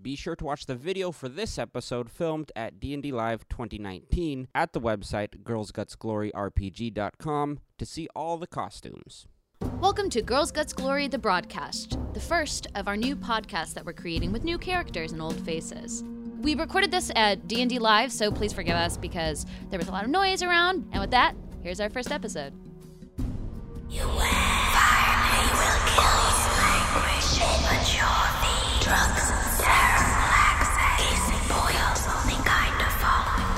Be sure to watch the video for this episode filmed at D&D Live 2019 at the website girlsgutsgloryrpg.com to see all the costumes. Welcome to Girls Guts Glory, the broadcast, the first of our new podcast that we're creating with new characters and old faces. We recorded this at D&D Live, so please forgive us because there was a lot of noise around. And with that, here's our first episode. You will. Fire will kill you. Language. Immature thee. Drugs. Terror. Lax. Kissing boils. Only kind of following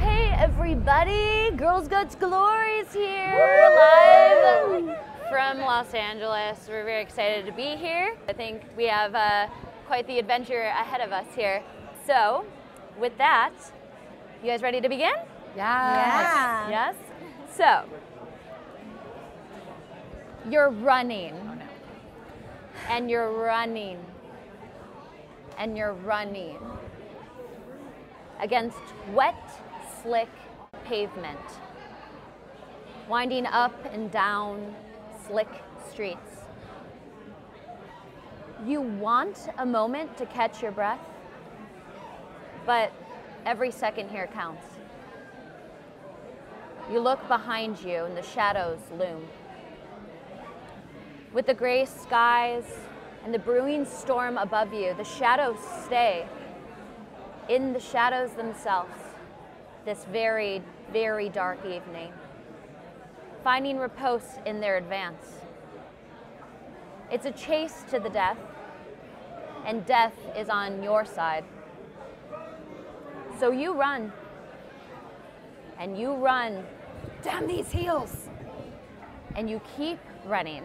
the rules. Hey, everybody. Girls Guts Glory's here. We're live from Los Angeles. We're very excited to be here. I think we have uh, quite the adventure ahead of us here. So, with that, you guys ready to begin? Yeah. Yes? So, you're running. And you're running. And you're running. Against wet, slick pavement. Winding up and down slick streets. You want a moment to catch your breath, but every second here counts. You look behind you and the shadows loom. With the gray skies and the brewing storm above you, the shadows stay in the shadows themselves this very, very dark evening, finding repose in their advance. It's a chase to the death, and death is on your side. So you run and you run. Damn these heels! And you keep running.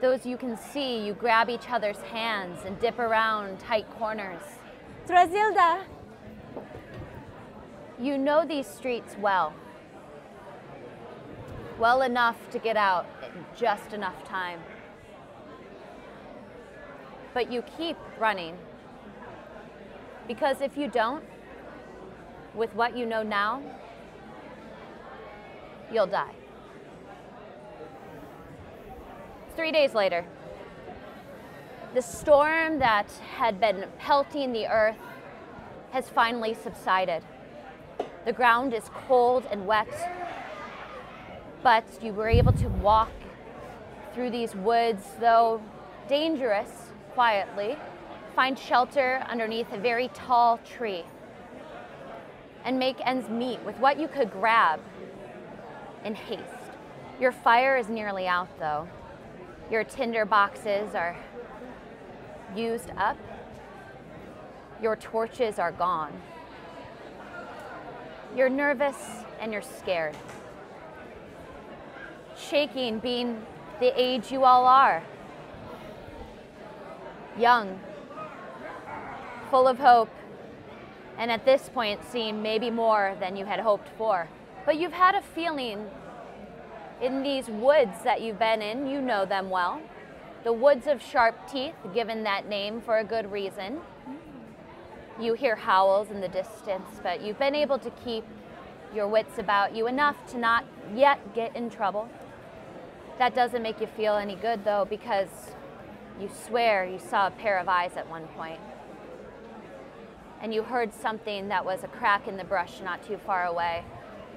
Those you can see, you grab each other's hands and dip around tight corners. Trazilda! You know these streets well. Well enough to get out in just enough time. But you keep running. Because if you don't, with what you know now, you'll die. Three days later, the storm that had been pelting the earth has finally subsided. The ground is cold and wet, but you were able to walk through these woods, though dangerous, quietly, find shelter underneath a very tall tree and make ends meet with what you could grab in haste. Your fire is nearly out, though. Your tinder boxes are used up. Your torches are gone. You're nervous and you're scared. Shaking, being the age you all are. Young, full of hope, and at this point seem maybe more than you had hoped for. But you've had a feeling in these woods that you've been in, you know them well. The woods of sharp teeth, given that name for a good reason. You hear howls in the distance, but you've been able to keep your wits about you enough to not yet get in trouble. That doesn't make you feel any good though, because you swear you saw a pair of eyes at one point and you heard something that was a crack in the brush not too far away.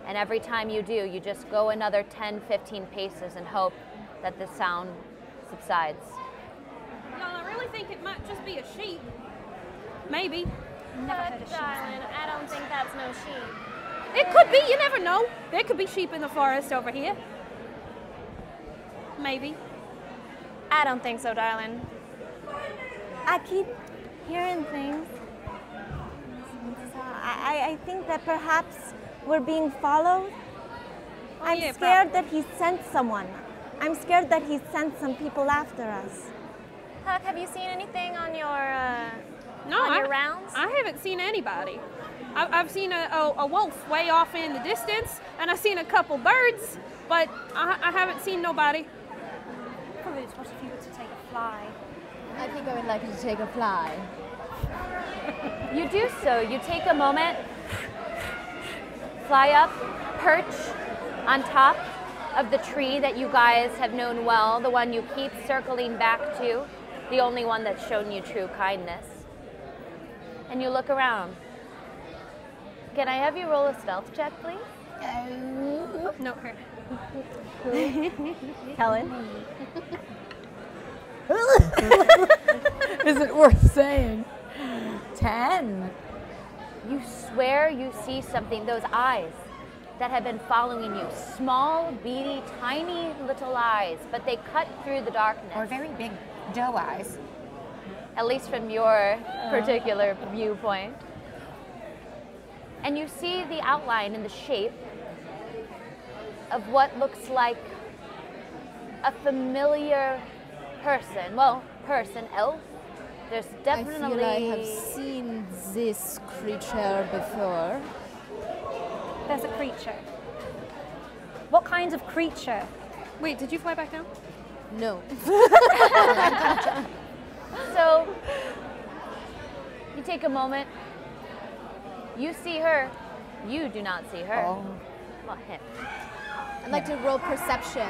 And every time you do, you just go another 10, 15 paces and hope that the sound subsides. Y'all, I really think it might just be a sheep. Maybe. Never heard of sheep. Darling, I don't think that's no sheep. It could be, you never know. There could be sheep in the forest over here. Maybe. I don't think so, darling. I keep hearing things. I, I, think that perhaps we're being followed. Oh, I'm yeah, scared probably. that he sent someone. I'm scared that he sent some people after us. Huck, have you seen anything on your uh, no, on I, your rounds? I haven't seen anybody. I, have seen a, a, a, wolf way off in the distance, and I've seen a couple birds, but I, I haven't seen nobody. Probably it's what if you were to take a fly. I think I would like you to take a fly. You do so. You take a moment, fly up, perch on top, of the tree that you guys have known well, the one you keep circling back to, the only one that's shown you true kindness. And you look around. Can I have you roll a stealth check, please? No, her. Helen? Is it worth saying? Ten. You swear you see something, those eyes that have been following you. Small, beady, tiny little eyes, but they cut through the darkness. Or very big doe eyes. Uh-huh. at least from your particular viewpoint. And you see the outline and the shape of what looks like a familiar person. Well, person, elf. There's I feel definitely. I have seen this creature before. There's a creature. What kind of creature? Wait, did you fly back down? No. So you take a moment. You see her. You do not see her. Well, him. I'd like to roll perception.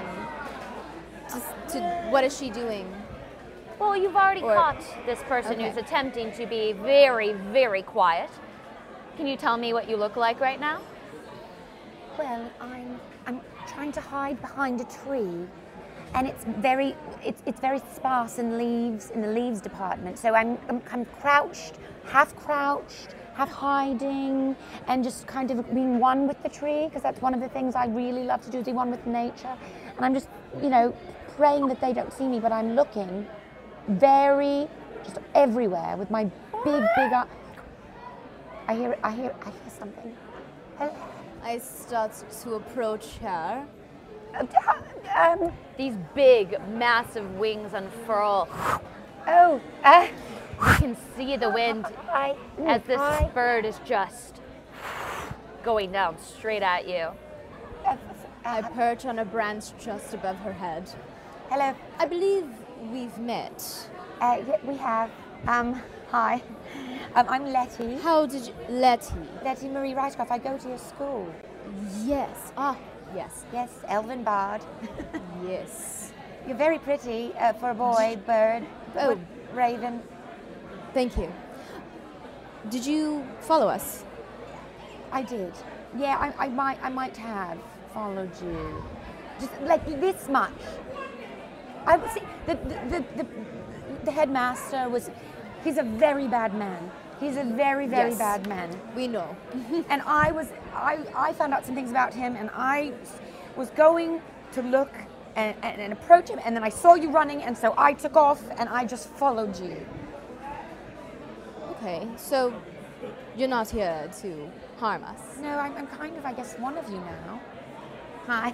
Just to what is she doing? Well, you've already Or- caught this person Okay. who's attempting to be very, very quiet. Can you tell me what you look like right now? Well, I'm I'm trying to hide behind a tree, and it's very it's, it's very sparse in leaves in the leaves department. So I'm, I'm I'm crouched, half crouched, half hiding, and just kind of being one with the tree because that's one of the things I really love to do is be one with nature. And I'm just you know praying that they don't see me, but I'm looking very just everywhere with my big big eye. I hear it. I hear I hear something. Hello? I start to approach her. Um, These big, massive wings unfurl. oh, uh, You can see the wind I, as this I, bird is just going down straight at you. uh, I uh, perch on a branch just above her head. hello, I believe we've met. uh, yeah, we have, um, hi, um, I'm Letty, How did you. Letty. Letty Marie Rytecroft, I go to your school, Yes. Ah, yes. yes, Elvin Bard, Yes. you're very pretty uh, for a boy, bird, Oh. wood raven, Thank you. Did you follow us? I did, yeah, I, I might, I might have followed you, just like this much, I would say, the, the, the, the, the headmaster was, he's a very bad man, he's a very, very Yes. bad man. We know. and I was I, I found out some things about him and I s- was going to look and, and, and approach him and then I saw you running and so I took off and I just followed you. Okay, so you're not here to harm us. No, I'm, I'm kind of I guess one of you now. Hi.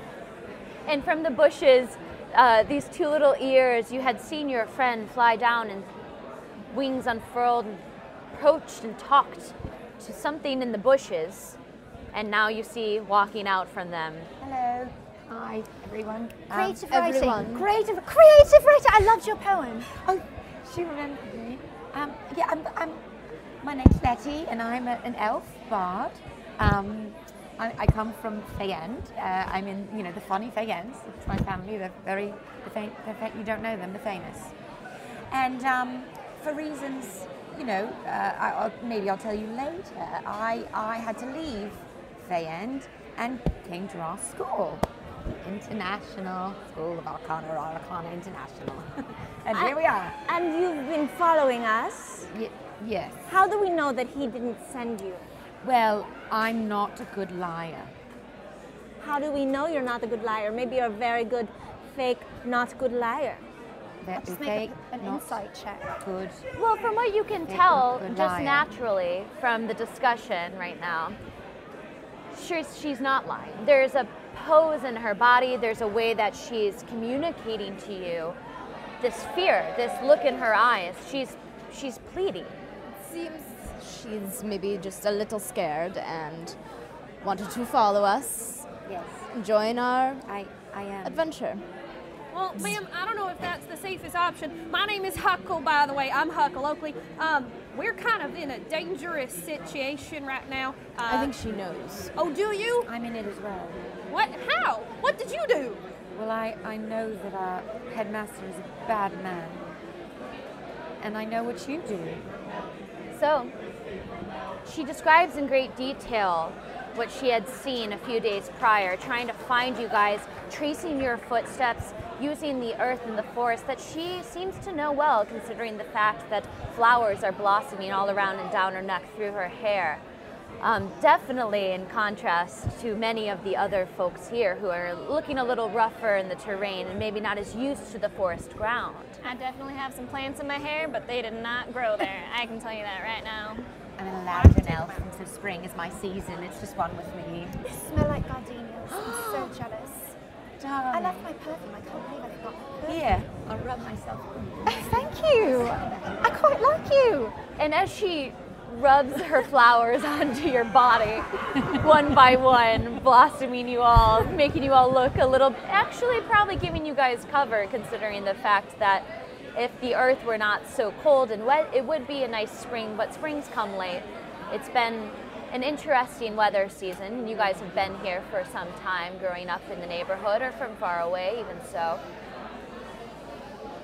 And from the bushes, uh, these two little ears, you had seen your friend fly down and wings unfurled and approached and talked to something in the bushes. And now you see walking out from them. Hello. Hi everyone. Um, Creative writing. everyone. Creative creative writer. I loved your poem. Oh, she remembered me. Um, yeah, I'm, I'm my name's Letty and I'm a, an elf bard. Um, I, I come from Fayend. Uh, I'm in, you know, the funny Fayends. It's my family. They're very, the fa- the fa- you don't know them, they're famous. And um, for reasons, you know, uh, I, I'll, maybe I'll tell you later, I, I had to leave Fayend and came to our school. International School of Arcana, or Arcana International. and here we are. And you've been following us. Y- yes. How do we know that he didn't send you? Well, I'm not a good liar. How do we know you're not a good liar? Maybe you're a very good fake, not good liar. That Just is make fake, a, an not insight check. good. Well, from what you can They tell, look just lying. naturally from the discussion right now, she's, she's not lying. There's a pose in her body, there's a way that she's communicating to you this fear, this look in her eyes. She's, she's pleading. Seems she's maybe just a little scared and wanted to follow us, Yes, join our I, I am. adventure. Well, ma'am, I don't know if that's the safest option. My name is Huckle, by the way. I'm Huckle Oakley. Um, we're kind of in a dangerous situation right now. Uh, I think she knows. Oh, do you? I'm in it as well. What? How? What did you do? Well, I, I know that our headmaster is a bad man. And I know what you do. So, she describes in great detail what she had seen a few days prior, trying to find you guys, tracing your footsteps, using the earth and the forest that she seems to know well, considering the fact that flowers are blossoming all around and down her neck through her hair. Um, definitely in contrast to many of the other folks here who are looking a little rougher in the terrain and maybe not as used to the forest ground. I definitely have some plants in my hair, but they did not grow there. I can tell you that right now. I'm an Aladdin elf, and so spring is my season. It's just one with me. smell like gardenias. I'm so jealous. Darling. I left my perfume. I can't believe I forgot my perfume. Here, I'll rub myself on. Thank you. I quite like you. And as she rubs her flowers onto your body, one by one, blossoming you all, making you all look a little, actually, probably giving you guys cover, considering the fact that if the earth were not so cold and wet, it would be a nice spring, but springs come late. It's been an interesting weather season. You guys have been here for some time growing up in the neighborhood or from far away, even so.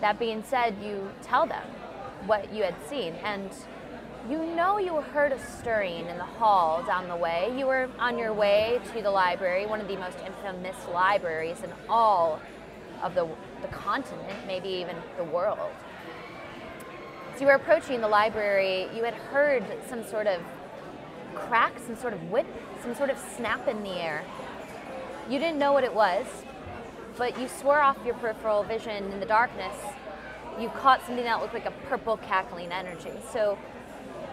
That being said, you tell them what you had seen, and you know you heard a stirring in the hall down the way. You were on your way to the library, one of the most infamous libraries in all of the, the continent, maybe even the world. As you were approaching the library, you had heard some sort of crack, some sort of whip, some sort of snap in the air. You didn't know what it was, but you swore off your peripheral vision in the darkness. You caught something that looked like a purple cackling energy. So,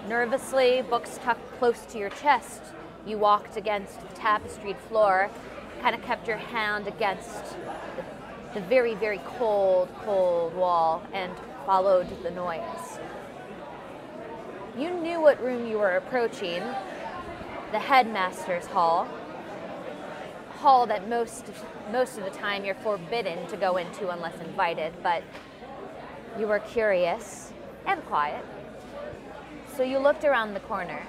nervously, books tucked close to your chest, you walked against the tapestried floor, kind of kept your hand against the, the very, very cold, cold wall, and followed the noise. You knew what room you were approaching the headmaster's hall hall that most most of the time you're forbidden to go into unless invited, but you were curious and quiet. So you looked around the corner.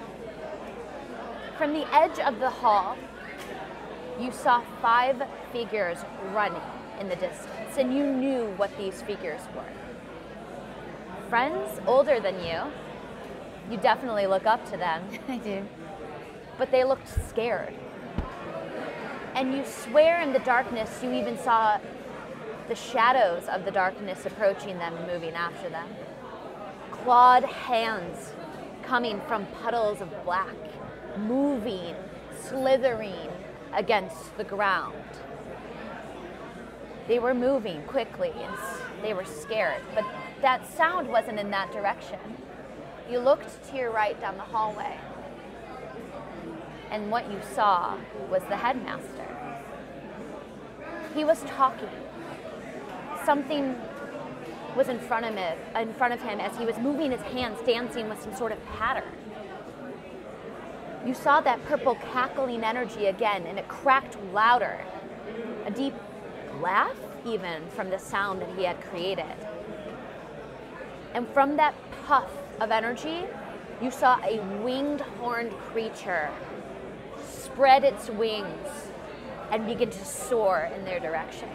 From the edge of the hall, you saw five figures running in the distance, and you knew what these figures were. Friends older than you, you definitely look up to them. I do. But they looked scared and you swear in the darkness you even saw the shadows of the darkness approaching them and moving after them. Clawed hands coming from puddles of black, moving, slithering against the ground. They were moving quickly and s- they were scared, but that sound wasn't in that direction. You looked to your right down the hallway and what you saw was the headmaster. He was talking. Something was in front of him, in front of him as he was moving his hands, dancing with some sort of pattern. You saw that purple cackling energy again, and it cracked louder. A deep laugh, even from the sound that he had created. And from that puff of energy, you saw a winged horned creature spread its wings and begin to soar in their direction.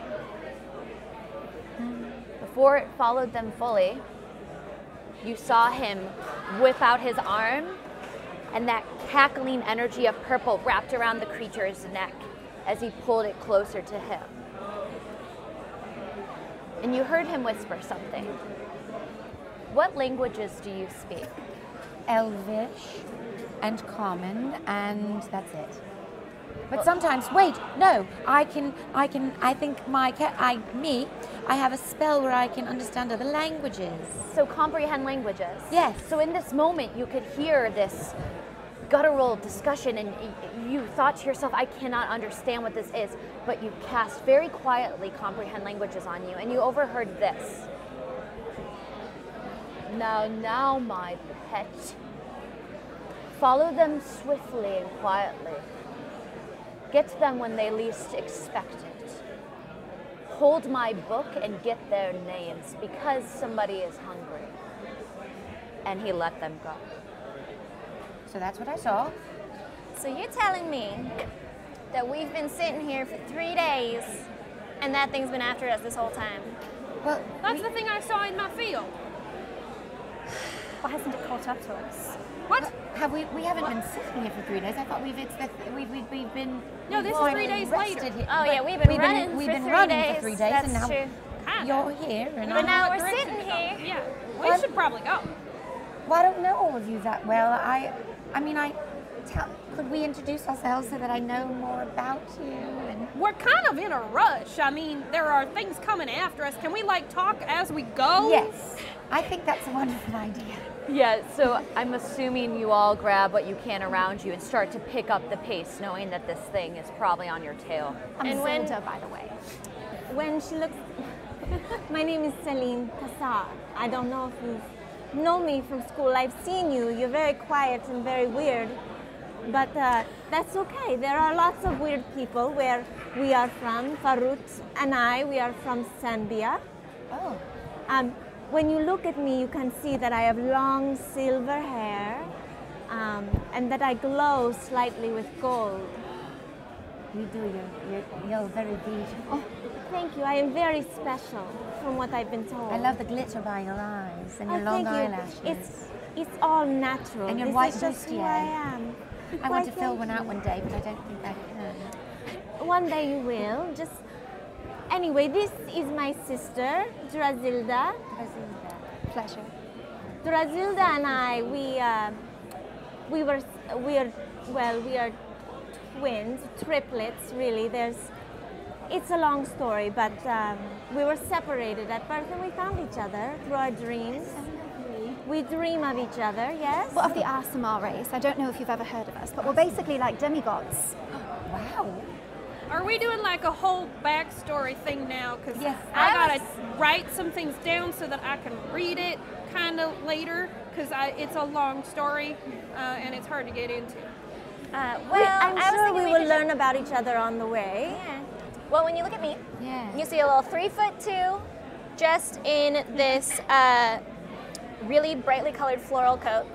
Before it followed them fully, you saw him whip out his arm, and that cackling energy of purple wrapped around the creature's neck as he pulled it closer to him. And you heard him whisper something. What languages do you speak? Elvish and common, and that's it. But sometimes, wait, no, I can, I can, I think my, ca- I, me, I have a spell where I can understand other languages. So comprehend languages. Yes. So in this moment, you could hear this guttural discussion, and y- you thought to yourself, "I cannot understand what this is." But you cast very quietly comprehend languages on you, and you overheard this. Now, now, my pet. Follow them swiftly and quietly. Get to them when they least expect it. Hold my book and get their names because somebody is hungry. And he let them go. So that's what I saw. So you're telling me that we've been sitting here for three days and that thing's been after us this whole time. Well, that's the thing I saw in my field. Why hasn't it caught up to us? What? Have we? We haven't been sitting here for three days. I thought we've it's the th- we've, we've we've been. No, we've this is all three been days rested later. here. Oh, But yeah, we've been we've running Been, we've for been three running days. for three days, That's and now true. you're here. And But I'm now not we're directing sitting it. here. Yeah, we Well- should probably go. Well, I don't know all of you that well. I, I mean, I. Tell, could we introduce ourselves so that I know more about you? And We're kind of in a rush. I mean, there are things coming after us. Can we like talk as we go? Yes. I think that's a wonderful idea. Yeah, so I'm assuming you all grab what you can around you and start to pick up the pace, knowing that this thing is probably on your tail. I'm And when- Santa, by the way. When she looks, my name is Celine Kassar. I don't know if you know me from school. I've seen you. You're very quiet and very weird, but uh, that's okay. There are lots of weird people where we are from. Farut and I, we are from Zambia. Oh. Um, when you look at me, you can see that I have long silver hair, um, and that I glow slightly with gold. You do. You're, you're, you're very beautiful. Thank you. I am very special, from what I've been told. I love the glitter by your eyes and Oh, your long thank you. eyelashes. It's it's all natural. And your this white is just who bustier. I am. I want to Why, fill thank one out you. one day, but I don't think I can. One day you will. Just anyway, this is my sister, Drazilda. Drazilda. Pleasure. Drazilda and I, we uh, we were we are well, we are twins, triplets, really. There's it's a long story, but um, we were separated at birth, and we found each other through our dreams. We dream of each other, yes. What of the Asimar race? I don't know if you've ever heard of us, but we're basically like demigods. Wow. Are we doing like a whole backstory thing now? Because Yes, I I gotta write some things down so that I can read it kind of later. Because it's a long story uh, and it's hard to get into. Uh, well, We- I'm I was sure thinking we we will could- learn about each other on the way. Yeah. Well, when you look at me, Yeah. you see a little three foot two, dressed in this uh, really brightly colored floral coat.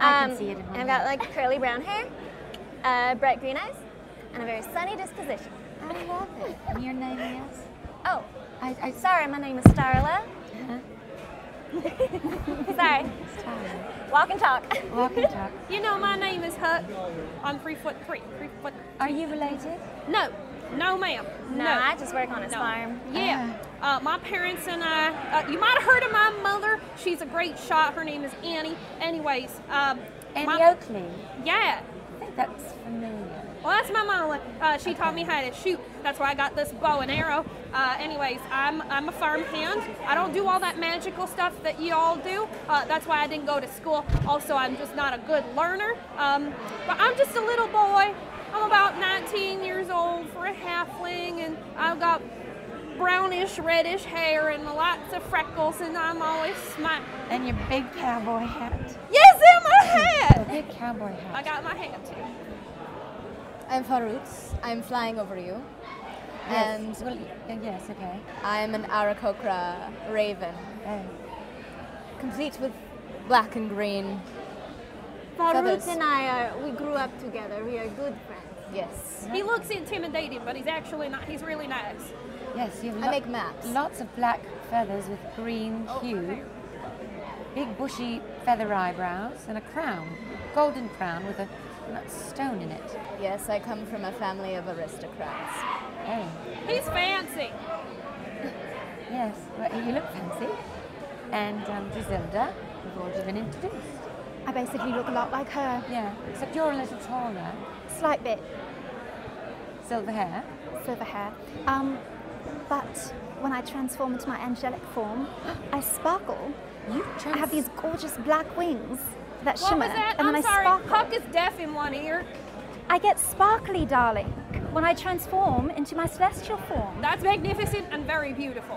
I can see it in my and I've got like curly brown hair, uh, bright green eyes, and a very sunny disposition. I love it. And your name is? Oh, I, I sorry, my name is Starla. Uh-huh. sorry, walk and talk. Walk and talk. You know, my name is Huck. I'm three foot three. Three foot. Are you related? No, no, ma'am. No, I just work on his farm. Yeah. Uh, my parents and I, uh, you might have heard of my mother. She's a great shot. Her name is Annie. Anyways, um, Annie my, Oakley. yeah. I think that's familiar. Well, that's my mama. Uh, she taught me how to shoot. That's why I got this bow and arrow. Uh, anyways, I'm, I'm a farm hand. I don't do all that magical stuff that you all do. Uh, that's why I didn't go to school. Also, I'm just not a good learner. Um, but I'm just a little boy. I'm about 19 years old for a halfling, and I've got brownish, reddish hair and lots of freckles, and I'm always smiling. And your big cowboy hat. Yes, in my hat! Your big cowboy I hat. got my hat too. I'm Farut. I'm flying over you. Yes. And Well, y- uh, yes, okay. I'm an Arakokra raven, Oh. complete with black and green. Farut Feathers. and I are we grew up together. We are good friends. Yes. He looks intimidating, but he's actually not. He's really nice. Yes, you have I make maps. Lots of black feathers with green Oh. hue, big bushy feather eyebrows, and a crown, golden crown with a n- stone in it. Yes, I come from a family of aristocrats. Oh, He's fancy. yes, well, you look fancy. And um, Griselda, we've already been introduced. I basically look a lot like her. Yeah, except you're a little taller, Slight bit silver hair. silver hair. Um, but when I transform into my angelic form, I sparkle. You I have these gorgeous black wings that What shimmer. was that? And then I'm I sorry. sparkle. Huck is deaf in one ear. I get sparkly, darling, when I transform into my celestial form. That's magnificent and very beautiful.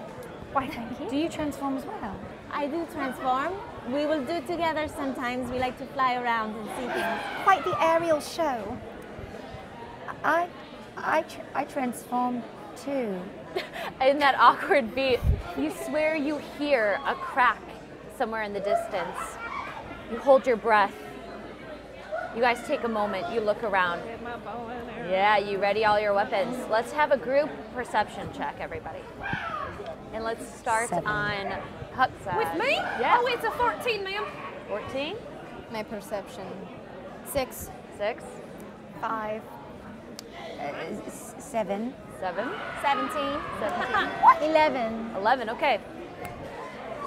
Why, thank you. Do you transform as well? I do transform. We will do together sometimes. We like to fly around and see things. Quite the aerial show. I, I, tr- I transform too. In that awkward beat, you swear you hear a crack somewhere in the distance. You hold your breath. You guys take a moment, you look around. Get my bow and arrow. Yeah, you ready all your weapons. Let's have a group perception check, everybody. And let's start Seven. on Huck's side. With me? Yeah. Oh, it's a 14, ma'am. 14? My perception. Six. Six. Five. seven. Seven. 17. 11. 11, okay.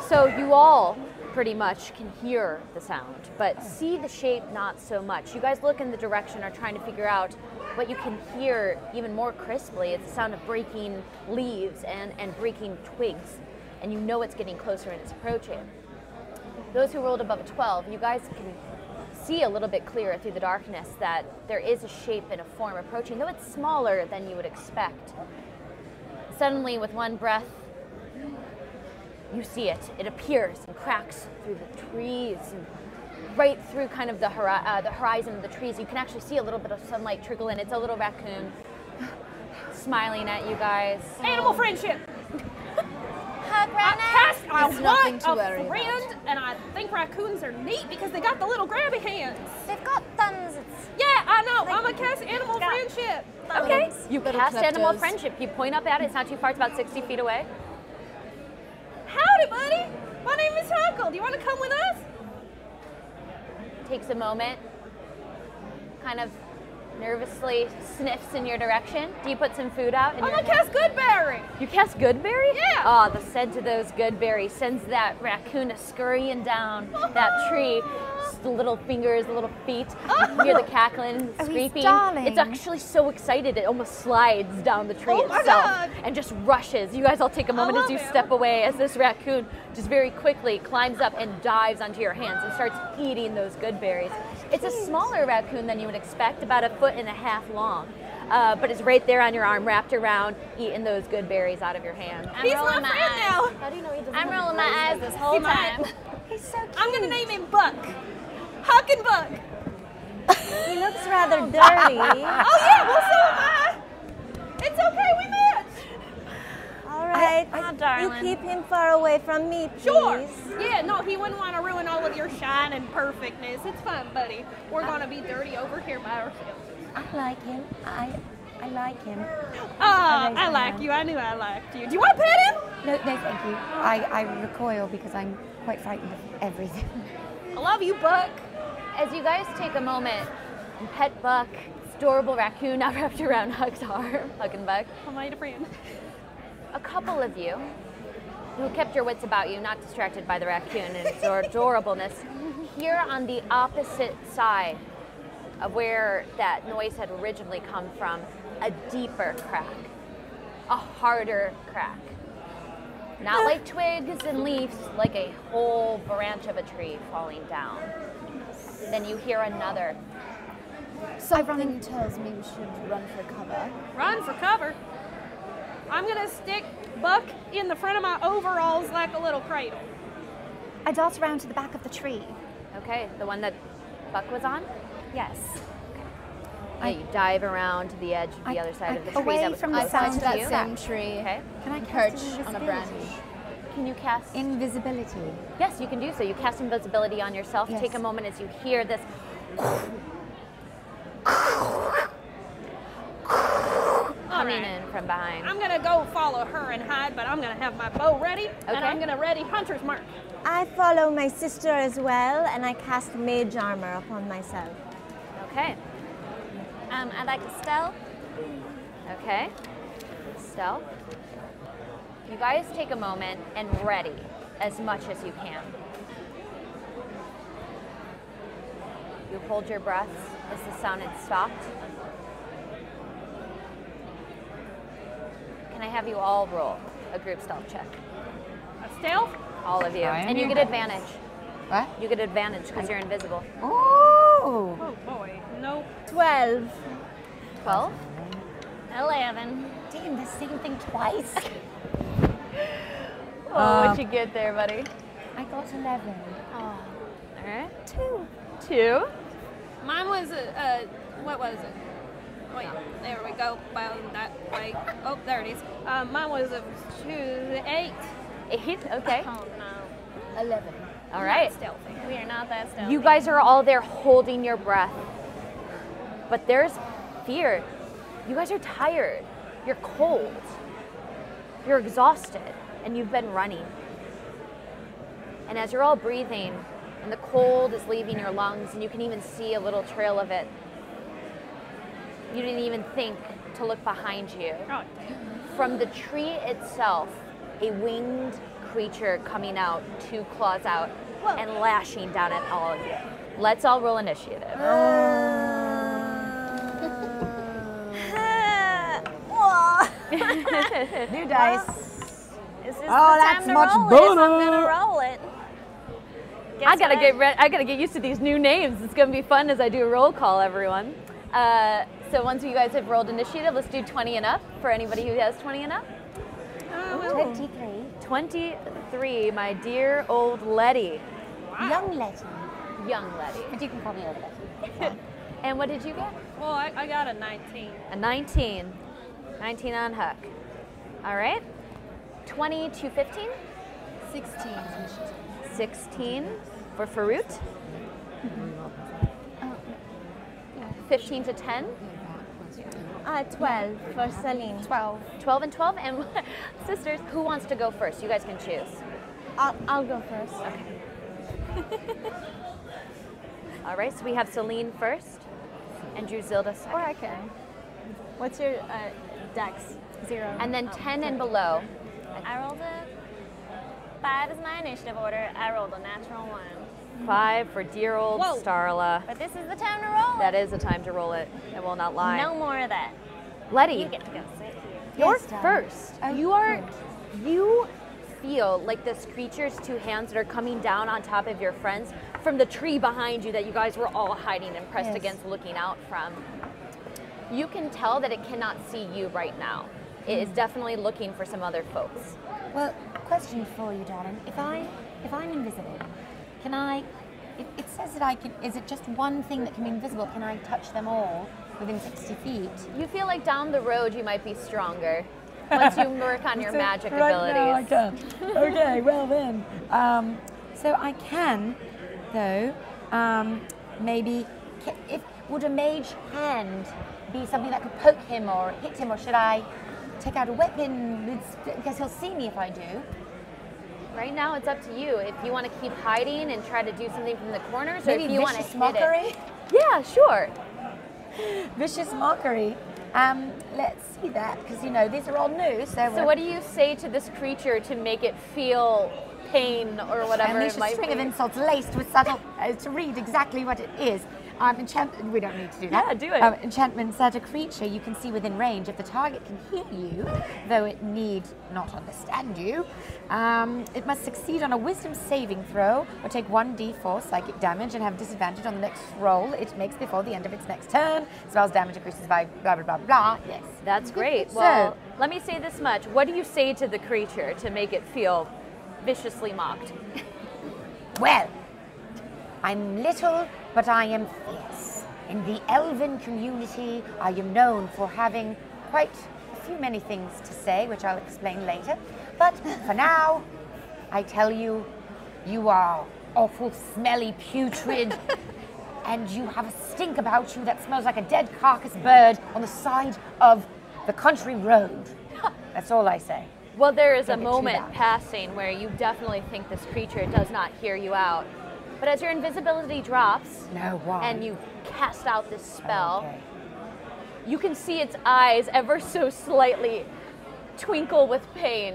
So you all pretty much can hear the sound, but see the shape not so much. You guys look in the direction, are trying to figure out what you can hear even more crisply. It's the sound of breaking leaves and, and breaking twigs, and you know it's getting closer and it's approaching. Those who rolled above a 12, you guys can see a little bit clearer through the darkness that there is a shape and a form approaching, though it's smaller than you would expect. Suddenly, with one breath, you see it. It appears and cracks through the trees and right through kind of the, hori- uh, the horizon of the trees. You can actually see a little bit of sunlight trickle in. It's a little raccoon smiling at you guys. Animal friendship. Hug I cast, I It's nothing want to a worry about. friend, and I think raccoons are neat because they got the little grabby hands. They've got thumbs. It's Yeah, I know. I'm gonna cast animal friendship. Okay. You Little cast animal kleptos. friendship. You point up at it. It's not too far. It's about 60 feet away. Howdy, buddy. My name is Huckle. Do you want to come with us? Takes a moment. Kind of nervously sniffs in your direction. Do you put some food out? I'm gonna cast Goodberry. You cast Goodberry? Yeah. Oh, the scent of those Goodberry sends that raccoon scurrying down that tree. Just the little fingers, the little feet. You hear the cackling, Oh, he's screeping. darling. It's actually so excited it almost slides down the tree Oh my itself God. and just rushes. You guys all take a moment as love you him. step away as this raccoon just very quickly climbs up and dives onto your hands and starts eating those good berries. It's a smaller raccoon than you would expect, about a foot and a half long. Uh, but it's right there on your arm, wrapped around, eating those good berries out of your hand. He's my friend now. How do you know he doesn't I'm have rolling the my eyes eyes like this this? whole He time. might. He's so cute. I'm gonna name him Buck. Huck and Buck. He looks rather dirty. oh yeah, well so am I. It's okay, we match. All right. I- Oh, you darling. keep him far away from me, please. Sure. Yeah, no, he wouldn't want to ruin all of your shine and perfectness. It's fine, buddy. We're gonna be dirty over here by ourselves. I like him. I I like him. Oh, I like you. I knew I liked you. Do you want to pet him? No, no, thank you. I, I recoil because I'm quite frightened of everything. I love you, Buck. As you guys take a moment and pet Buck, this adorable raccoon now wrapped around Huck's arm, Huck and Buck, I made a friend. a couple of you who kept your wits about you, not distracted by the raccoon and its adorableness, here on the opposite side of where that noise had originally come from, a deeper crack, a harder crack. Not like twigs and leaves, like a whole branch of a tree falling down. Then you hear another. Something tells me we should run for cover. Run for cover. I'm gonna stick Buck in the front of my overalls like a little cradle. I dart around to the back of the tree. Okay, the one that Buck was on? Yes. Yeah, you dive around to the edge of the other side of the tree away that was from the closest sound to of that you. sound. Tree. Okay. Can I Perch cast on a invisibility? branch. Can you cast? Invisibility. Yes, you can do so. You cast invisibility on yourself. Yes. Take a moment as you hear this. coming right. in from behind. I'm gonna go follow her and hide, but I'm gonna have my bow ready, and Okay. I'm gonna ready hunter's mark. I follow my sister as well, and I cast mage armor upon myself. Okay. Um, I'd like to stealth. Okay. Stealth. You guys take a moment and ready as much as you can. You hold your breaths as the sound had stopped. Can I have you all roll a group stealth check? A stealth? All of you. I am And you here. get advantage. What? You get advantage because you're invisible. Oh! Oh boy, nope. 12. 12? 11. Damn, the same thing twice. Uh, Oh, what'd you get there, buddy? Oh, I got 11. All right. Two. Two? Mine was a, uh, what was it? Wait, there we go. Well, that way. Oh, there it is. Um, mine was a two, eight. Eight? Okay. Oh no. 11. All right. Stealthy. We are not that stealthy. You guys are all there holding your breath. But there's fear. You guys are tired. You're cold. You're exhausted. And you've been running. And as you're all breathing, and the cold is leaving your lungs, and you can even see a little trail of it, you didn't even think to look behind you. From the tree itself, a winged creature coming out, two claws out, and lashing down at all of you. Let's all roll initiative. New dice. This is Oh, the that's time to much roll it, so I'm better. gonna roll it. I gotta get re- I gotta get used to these new names. It's gonna be fun as I do a roll call, everyone. Uh, so once you guys have rolled initiative, let's do 20 and up for anybody who has 20 and up. Oh, 23. 23, my dear old Letty, Young lady. young Letty. But you can call me old lady. And what did you get? Well, I, I got a 19. A 19. 19 on Huck. All right. 20 to 15. 16. 16 for Farut. 15 to 10. Uh, 12 for Celine. 12. 12 and 12. And sisters, who wants to go first? You guys can choose. I'll, I'll go first. Okay. All right, so we have Celine first and Druzilda second. Or I can. What's your uh, dex? Zero. And Oh. then 10 and below. I rolled a five is my initiative order. I rolled a natural one. Five for dear old Whoa. Starla. But this is the time to roll. That is a time to roll it. I will not lie. No more of that. Letty, You get to go sit here. You're first. you are. You feel like this creature's two hands that are coming down on top of your friends from the tree behind you that you guys were all hiding and pressed Yes. against, looking out from. You can tell that it cannot see you right now. It is definitely looking for some other folks. Well, question for you, darling. If I if I'm invisible, can I? It, it says that I can. Is it just one thing that can be invisible? Can I touch them all within sixty feet? You feel like down the road you might be stronger once you work on your magic abilities. can. uh, Okay, well then. Um, so I can, though. Um, maybe ca- if would a mage hand be something that could poke him or hit him, or should I take out a weapon? It's- Because he'll see me if I do. Right now, it's up to you. If you want to keep hiding and try to do something from the corners, Maybe or if you want to vicious hit mockery. it. Yeah, sure. Vicious mockery. Um, let's see that because you know these are all new. So, So, what do you say to this creature to make it feel pain or whatever Unleash it a might string be? of insults laced with subtle uh, to read exactly what it is. Um, enchant- we don't need to do that. Yeah, do it. Um, enchantments at a creature you can see within range. If the target can hear you, though it need not understand you, um, it must succeed on a wisdom saving throw or take 1d4 psychic damage and have disadvantage on the next roll it makes before the end of its next turn. Spells damage increases by blah blah blah blah. Yes. That's great. So- Well, let me say this much. What do you say to the creature to make it feel viciously mocked? Well, I'm little, but I am fierce. In the elven community, I am known for having quite a few many things to say, which I'll explain later. But for now, I tell you, you are awful, smelly, putrid, and you have a stink about you that smells like a dead carcass bird on the side of the country road. That's all I say. Well, there is a Don't get too moment loud. passing where you definitely think this creature does not hear you out. But as your invisibility drops No, why? and you cast out this spell, Okay. you can see its eyes ever so slightly twinkle with pain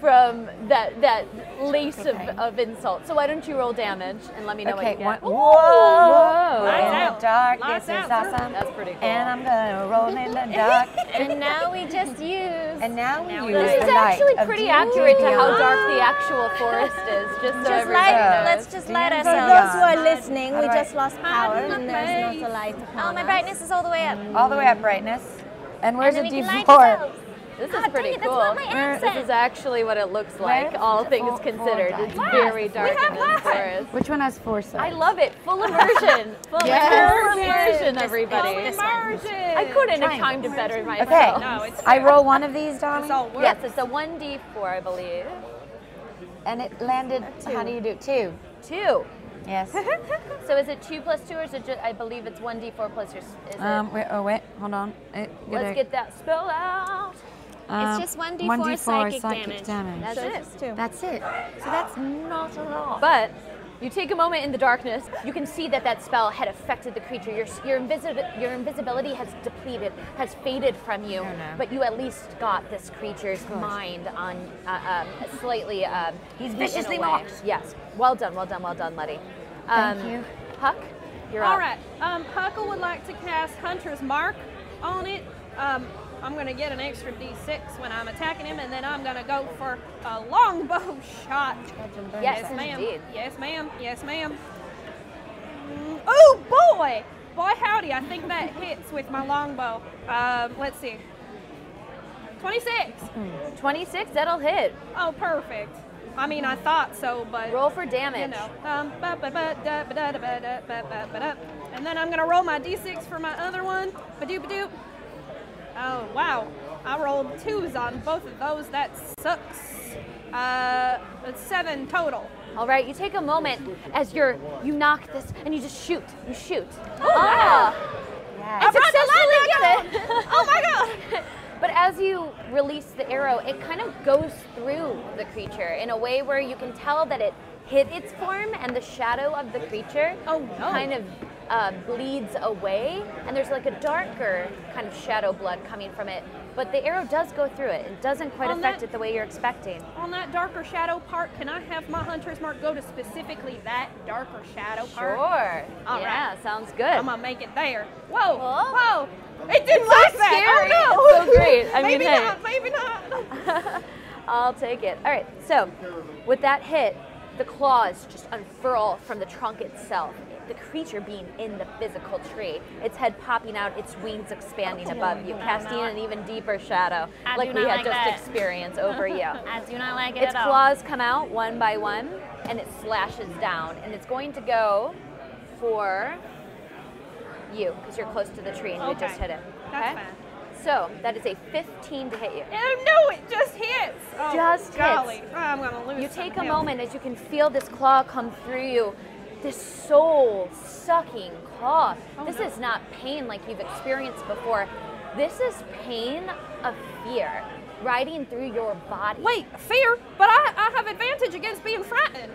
from that that lace of, of insult. So why don't you roll damage and let me know Okay, what you get? one, whoa! Whoa. In the out. dark, Lights this is out. awesome. That's pretty cool. And I'm gonna roll in the dark. And now we just use. And now we use This the is actually light of pretty June accurate to how Beyond. dark the actual forest is, just so Just everybody light, knows. let's just light For For ourselves. those who are listening, we Alright. just lost power and there's not a light Oh, upon my us. brightness is all the way up. All the way up brightness. And where's and then a we can light D4? ourselves. This is Ah, dang pretty it, that's cool. not my accent. This is actually what it looks Where like, is all the things full- full considered. It's dice? very dark in have this lights. forest. Which one has four sides? I love it. Full immersion. Full Yes. immersion, everybody. This one. I couldn't have timed it better myself. Okay, No, it's I roll one of these, darling, It's all work. Yes, it's a 1d4, I believe. and it landed. How do you do? Two. Two. Yes. so is it two plus two, or is it just? I believe it's one d four plus your. s- Is um, it? wait, oh wait, hold on. It, Let's get that spell out. um, just 1d4 1d4 psychic, psychic damage. damage. That's so it. it's two. That's it. So that's not a lot. But you take a moment in the darkness. You can see that that spell had affected the creature. Your your, invisi- your invisibility has depleted, has faded from you. no. But you at least got this creature's mind on uh, um, slightly. Um, He's beaten viciously away. marked. Yes. Well done. Well done. Well done, Letty. Um, Thank you. Huck, you're up. All right. Um, Huckle would like to cast Hunter's Mark on it. Um, I'm going to get an extra D6 when I'm attacking him, and then I'm going to go for a longbow shot. Yes, ma'am. indeed. Yes, ma'am. Yes, ma'am. Mm, Oh boy, boy howdy! I think that hits with my longbow. Um, let's see. 26. 26. That'll hit. Oh, perfect. I mean, I thought so, but Roll for damage. You know, um, ba- ba- ba- da- ba- da- da- ba- da- ba- ba- ba- da. and then I'm gonna roll my d6 for my other one. Ba doop doop. Oh wow, I rolled twos on both of those. That sucks. Uh, that's seven total. All right, you take a moment as you're you knock this and you just shoot. You shoot. Oh, Ah. wow. I successfully get it. Oh my god. But as you release the arrow, it kind of goes through the creature in a way where you can tell that it hit its form and the shadow of the creature Oh, kind of uh, bleeds away, and there's like a darker kind of shadow blood coming from it. But the arrow does go through it. It doesn't quite On affect that- it the way you're expecting. On that darker shadow part, can I have my hunter's mark go to specifically that darker shadow part? Sure. All Yeah, right. sounds good. I'm gonna make it there. Whoa! Whoa. Whoa! It didn't It's so like that. scary. Oh no! It's so great. I mean, maybe hey. not. Maybe not. I'll take it. All right, so with that hit, the claws just unfurl from the trunk itself, the creature being in the physical tree, its head popping out, its wings expanding above you, casting an even deeper shadow, Oh I like do we not like had just that. experienced over you. I do not like it its at all. claws come out one by one, and it slashes down, and it's going to go for you because you're close to the tree and you just Okay. hit it. That's Okay. So that is a 15 to hit you. Oh no! It just hits. Oh, Just golly. hits. I'm gonna lose. You take a something. moment as you can feel this claw come through you, this soul sucking claw. this is not pain like you've experienced before. This is pain of fear riding through your body. Wait, fear. But I, I have advantage against being frightened.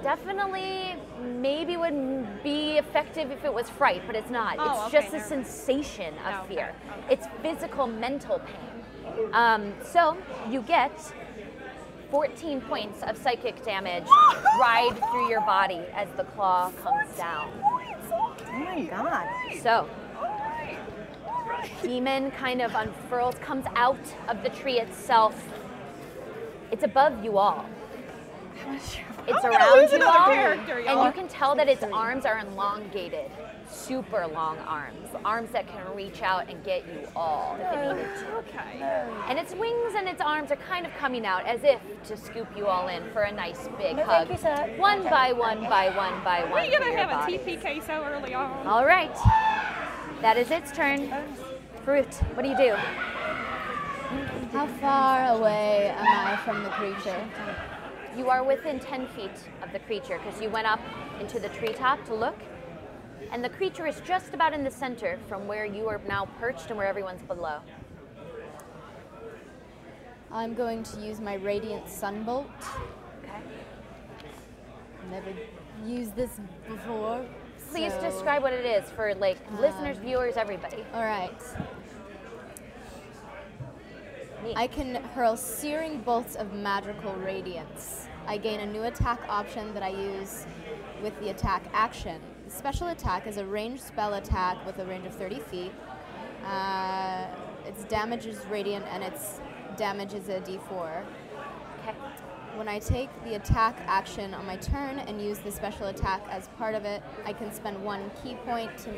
Definitely, maybe would be effective if it was fright, but it's not. Oh, it's okay, just a never mind. sensation of Oh, okay, fear. It's physical, mental pain. Um, so you get 14 points of psychic damage ride through your body as the claw comes down. Oh my god. So, demon kind of unfurls, comes out of the tree itself. It's above you all. It's I'm gonna around lose you another all, character, and y'all. you can tell that its arms are elongated, super long arms, arms that can reach out and get you all if it needed to. Okay. And its wings and its arms are kind of coming out as if to scoop you all in for a nice big No, hug. thank you, sir. One by one by one by one. We're through gonna your have body. a TPK so early on. All right. That is its turn. Fruit, what do you do? How far away am I from the creature? You are within 10 feet of the creature because you went up into the treetop to look. And the creature is just about in the center from where you are now perched and where everyone's below. I'm going to use my Radiant Sunbolt. Okay. Never used this before. Please so- describe what it is for like listeners, viewers, everybody. All right. Neat. I can hurl searing bolts of magical radiance. I gain a new attack option that I use with the attack action. The special attack is a ranged spell attack with a range of 30 feet. Uh, its damage is radiant and its damage is a d4. Okay. When I take the attack action on my turn and use the special attack as part of it, I can spend one key point to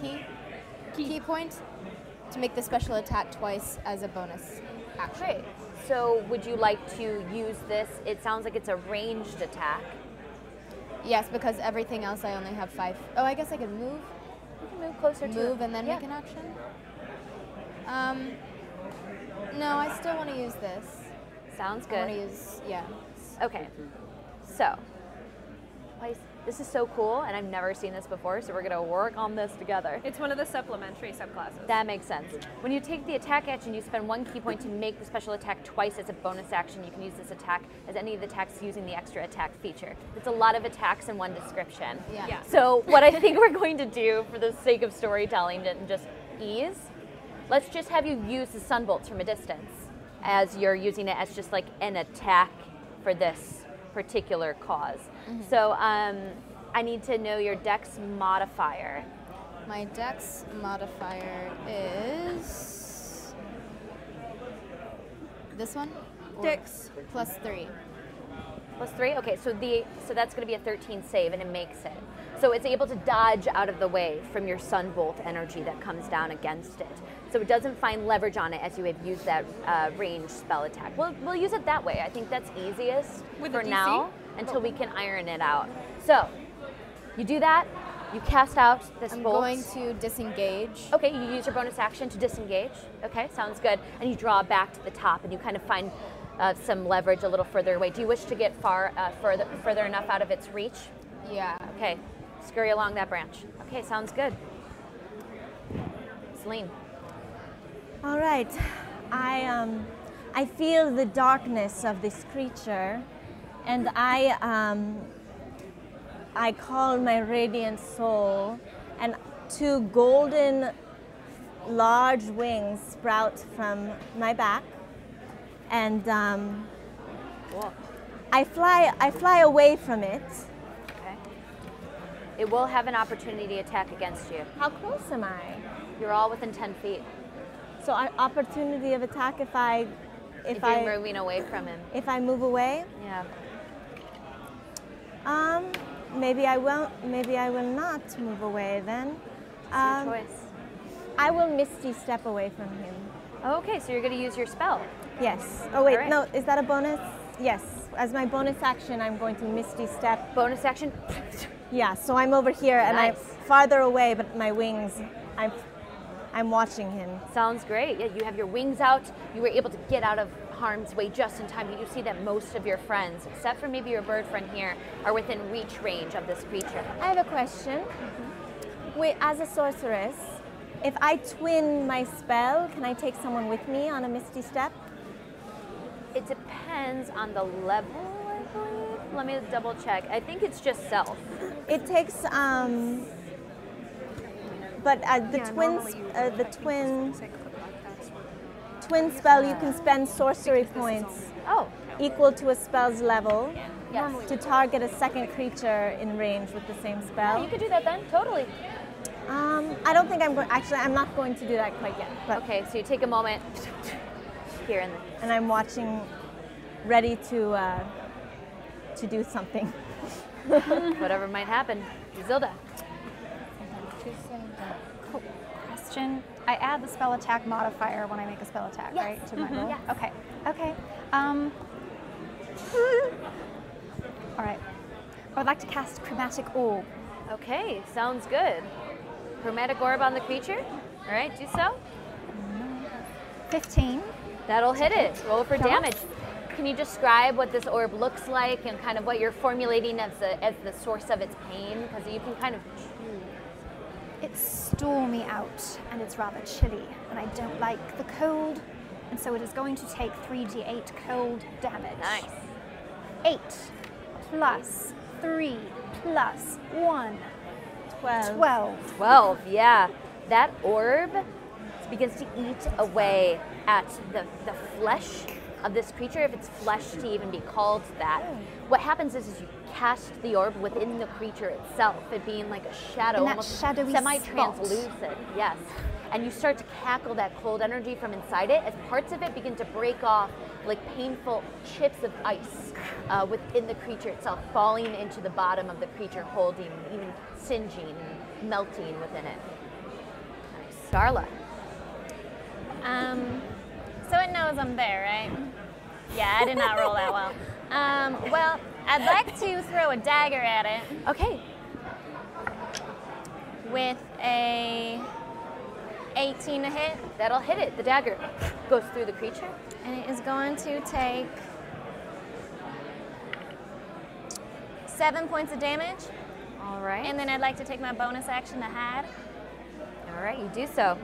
key key, key point to make the special attack twice as a bonus action. Great. So would you like to use this? It sounds like it's a ranged attack. Yes, because everything else I only have five. Oh, I guess I could move, You can move closer to move, and then yeah. make an action. Um, no, I still want to use this. Sounds I want to good. use yeah. Okay. So place. This is so cool, and I've never seen this before, so we're gonna work on this together. It's one of the supplementary subclasses. That makes sense. When you take the attack action, you spend one key point to make the special attack twice as a bonus action. You can use this attack as any of the attacks using the extra attack feature. It's a lot of attacks in one description. Yeah. Yeah. So, what I think we're going to do for the sake of storytelling and just ease, let's just have you use the sunbolts from a distance as you're using it as just like an attack for this particular because So, um, I need to know your dex modifier. My dex modifier is this one? Or- Dex. Plus three. Plus three. Okay, so the so that's going to be a 13 save, and it makes it. So it's able to dodge out of the way from your sunbolt energy that comes down against it. So it doesn't find leverage on it as you have used that uh, range spell attack. We'll, we'll use it that way. I think that's easiest With a for DC? now until we can iron it out. So you do that. You cast out this I'm bolt. going to disengage. Okay, you use your bonus action to disengage. Okay, sounds good. And you draw back to the top, and you kind of find uh, some leverage a little further away. Do you wish to get far uh, further further enough out of its reach? Yeah. Okay, scurry along that branch. Okay, sounds good. Celine, All right. I um, I feel the darkness of this creature, and I um, I call my radiant soul, and two golden, large wings sprout from my back, and um, I fly I fly away from it. okay. It will have an opportunity attack against you. How close am I? You're all within 10 feet. So an opportunity of attack if I if, If I you're moving away from him. if I move away. Yeah. Um, maybe I won't. Maybe I will not move away then. Your Um, choice. I will misty step away from him. Okay, so you're going to use your spell. Yes. Oh wait, All right. no. Is that a bonus? Yes. As my bonus action, I'm going to misty step. Bonus action. Yeah. So I'm over here and I'm Nice. farther away, but my wings. I'm. I'm watching him. Sounds great. Yeah, you have your wings out. You were able to get out of harm's way just in time. You see that most of your friends, except for maybe your bird friend here, are within reach range of this creature. I have a question. Wait, as a sorceress, Mm-hmm. if I twin my spell, can I take someone with me on a misty step? It depends on the level, I believe. Let me double check. I think it's just self. It takes, um, but uh, the twins, uh, the twin, twin spell, you can spend sorcery points Oh, equal to a spell's level yes. to target a second creature in range with the same Oh, spell. you could do that then. Totally. Um, I don't think I'm going. Actually, I'm not going to do that quite yet. But Okay, so you take a moment here and and I'm watching, ready to uh, to do something. whatever might happen. Zilda. Cool. Question. I add the spell attack modifier when I make a spell attack, right? To my roll? Okay. Okay. Um, all right. I would like to cast Chromatic Orb. Okay, sounds good. Chromatic orb on the creature. All right, do so. 15. That'll hit it. Roll for damage. Can you describe what this orb looks like and kind of what you're formulating as the, as the source of its pain? Because you can kind of. It's stormy out and it's rather chilly, and I don't like the cold, and so it is going to take 3d8 cold damage. Nice. 8 plus 3 plus 1. Twelve. 12. 12, yeah. That orb begins to eat away at the, the flesh of this creature, if it's flesh to even be called that. What happens is, is you cast the orb within the creature itself, it being like a shadow, In that almost shadowy spot. semi-translucent, yes. And you start to cackle that cold energy from inside it as parts of it begin to break off like painful chips of ice uh, within the creature itself, falling into the bottom of the creature, holding, even singeing, and melting within it. Darla. Um, so it knows I'm there, right? Yeah, I did not roll that well. Um, well, I'd like to throw a dagger at it Okay, with a 18 to hit, that'll hit it. The dagger goes through the creature. and it is going to take Seven points of damage. All right. And then I'd like to take my bonus action to hide. All right, you do so.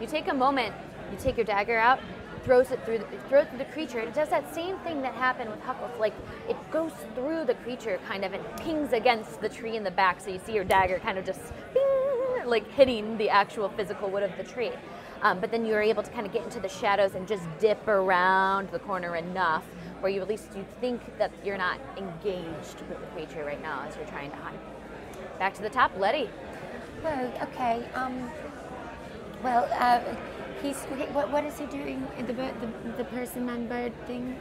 You take a moment, you take your dagger out, throws it through the, throw it through the creature. It does that same thing that happened with Huckles. Like, it goes through the creature kind of and pings against the tree in the back. So you see your dagger kind of just bing, like hitting the actual physical wood of the tree. Um, but then you're able to kind of get into the shadows and just dip around the corner enough where you at least you think that you're not engaged with the creature right now as you're trying to hide. Back to the top, Letty. Well, okay. Um, well, uh, he's. Okay, what, what is he doing? The, bird- the, the person man bird thing?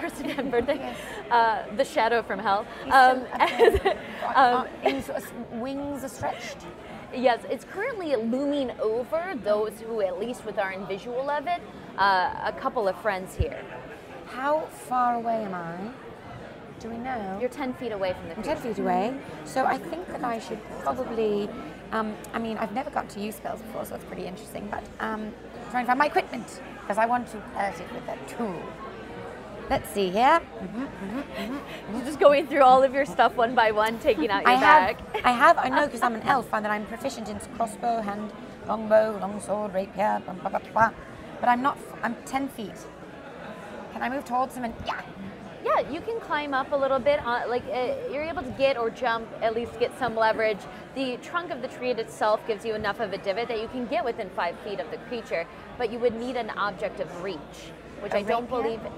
person and birthday. Uh, the shadow from hell. He's Um, still up there. Uh, um, and sort of wings uh, are stretched. yes, it's currently looming over those who, at least with our invisual of it, uh, a couple of friends here. How far away am I? Do we know? You're 10 feet away from the I'm 10 creature. feet away, so I think that I should probably. Um, I mean, I've never got to use spells before, so it's pretty interesting, but um, try and find my equipment, because I want to hurt it with a tool. Let's see here. You're just going through all of your stuff one by one, taking out your I bag. have, I have, I know because I'm an elf and that I'm proficient in crossbow, hand, longbow, longsword, rapier, blah, blah, blah, blah. But I'm not, f- I'm 10 feet. Can I move towards him and, yeah, Yeah, you can climb up a little bit. On, like uh, you're able to get or jump, at least get some leverage. The trunk of the tree itself gives you enough of a divot that you can get within five feet of the creature, but you would need an object of reach, which I I don't rapier? believe. No.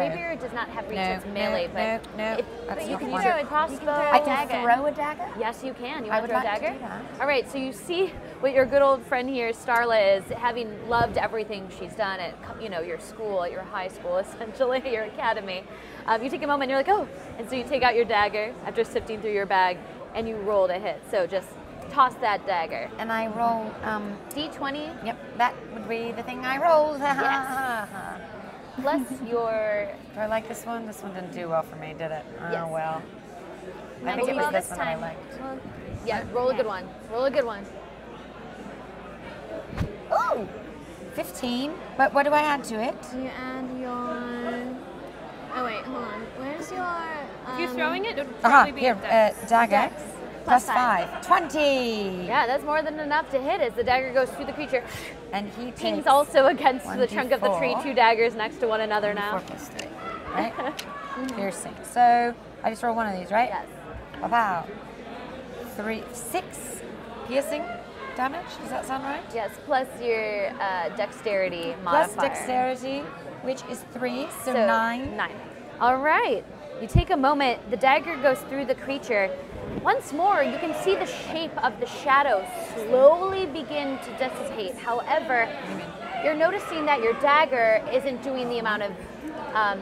Rapier does not have reach; No, it's melee. no, no, but no, if- that's but you not can one. throw a You crossbow. I can dagger. throw a dagger? Yes, you can. You I want would to throw a like to dagger? do that. All right, so you see what your good old friend here, Starla, is having loved everything she's done at, co- you know, your school, at your high school, essentially, your academy. Um, you take a moment and you're like, oh, and so you take out your dagger after sifting through your bag and you roll to hit. So just toss that dagger. And I roll, um, D20 yep, that would be the thing I rolled. yes. plus your, Do I like this one? This one didn't do well for me, did it? Oh, Yes. well. I think it believe was all this this one that I time. liked. yeah, roll a good one. Roll a good one. Ooh! 15. But what do I add to it? You add your. Oh wait, hold on. Where's your? Um, If you're throwing it, it would Aha, probably be here, a uh, dex. dagger. Dex. Plus Plus five. 20. Yeah, that's more than enough to hit as the dagger goes through the creature. And he Pings takes also against the trunk of the 1d4. tree, two daggers next to one another now. four plus three, right? Piercing. So I just roll one of these, right? Yes. Wow. Three, six piercing damage. Does that sound right? Yes, plus your uh, dexterity modifier. Plus dexterity, which is three, so, So, nine. Nine. All right. You take a moment. The dagger goes through the creature. Once more, you can see the shape of the shadow slowly begin to dissipate. However, you're noticing that your dagger isn't doing the amount of um,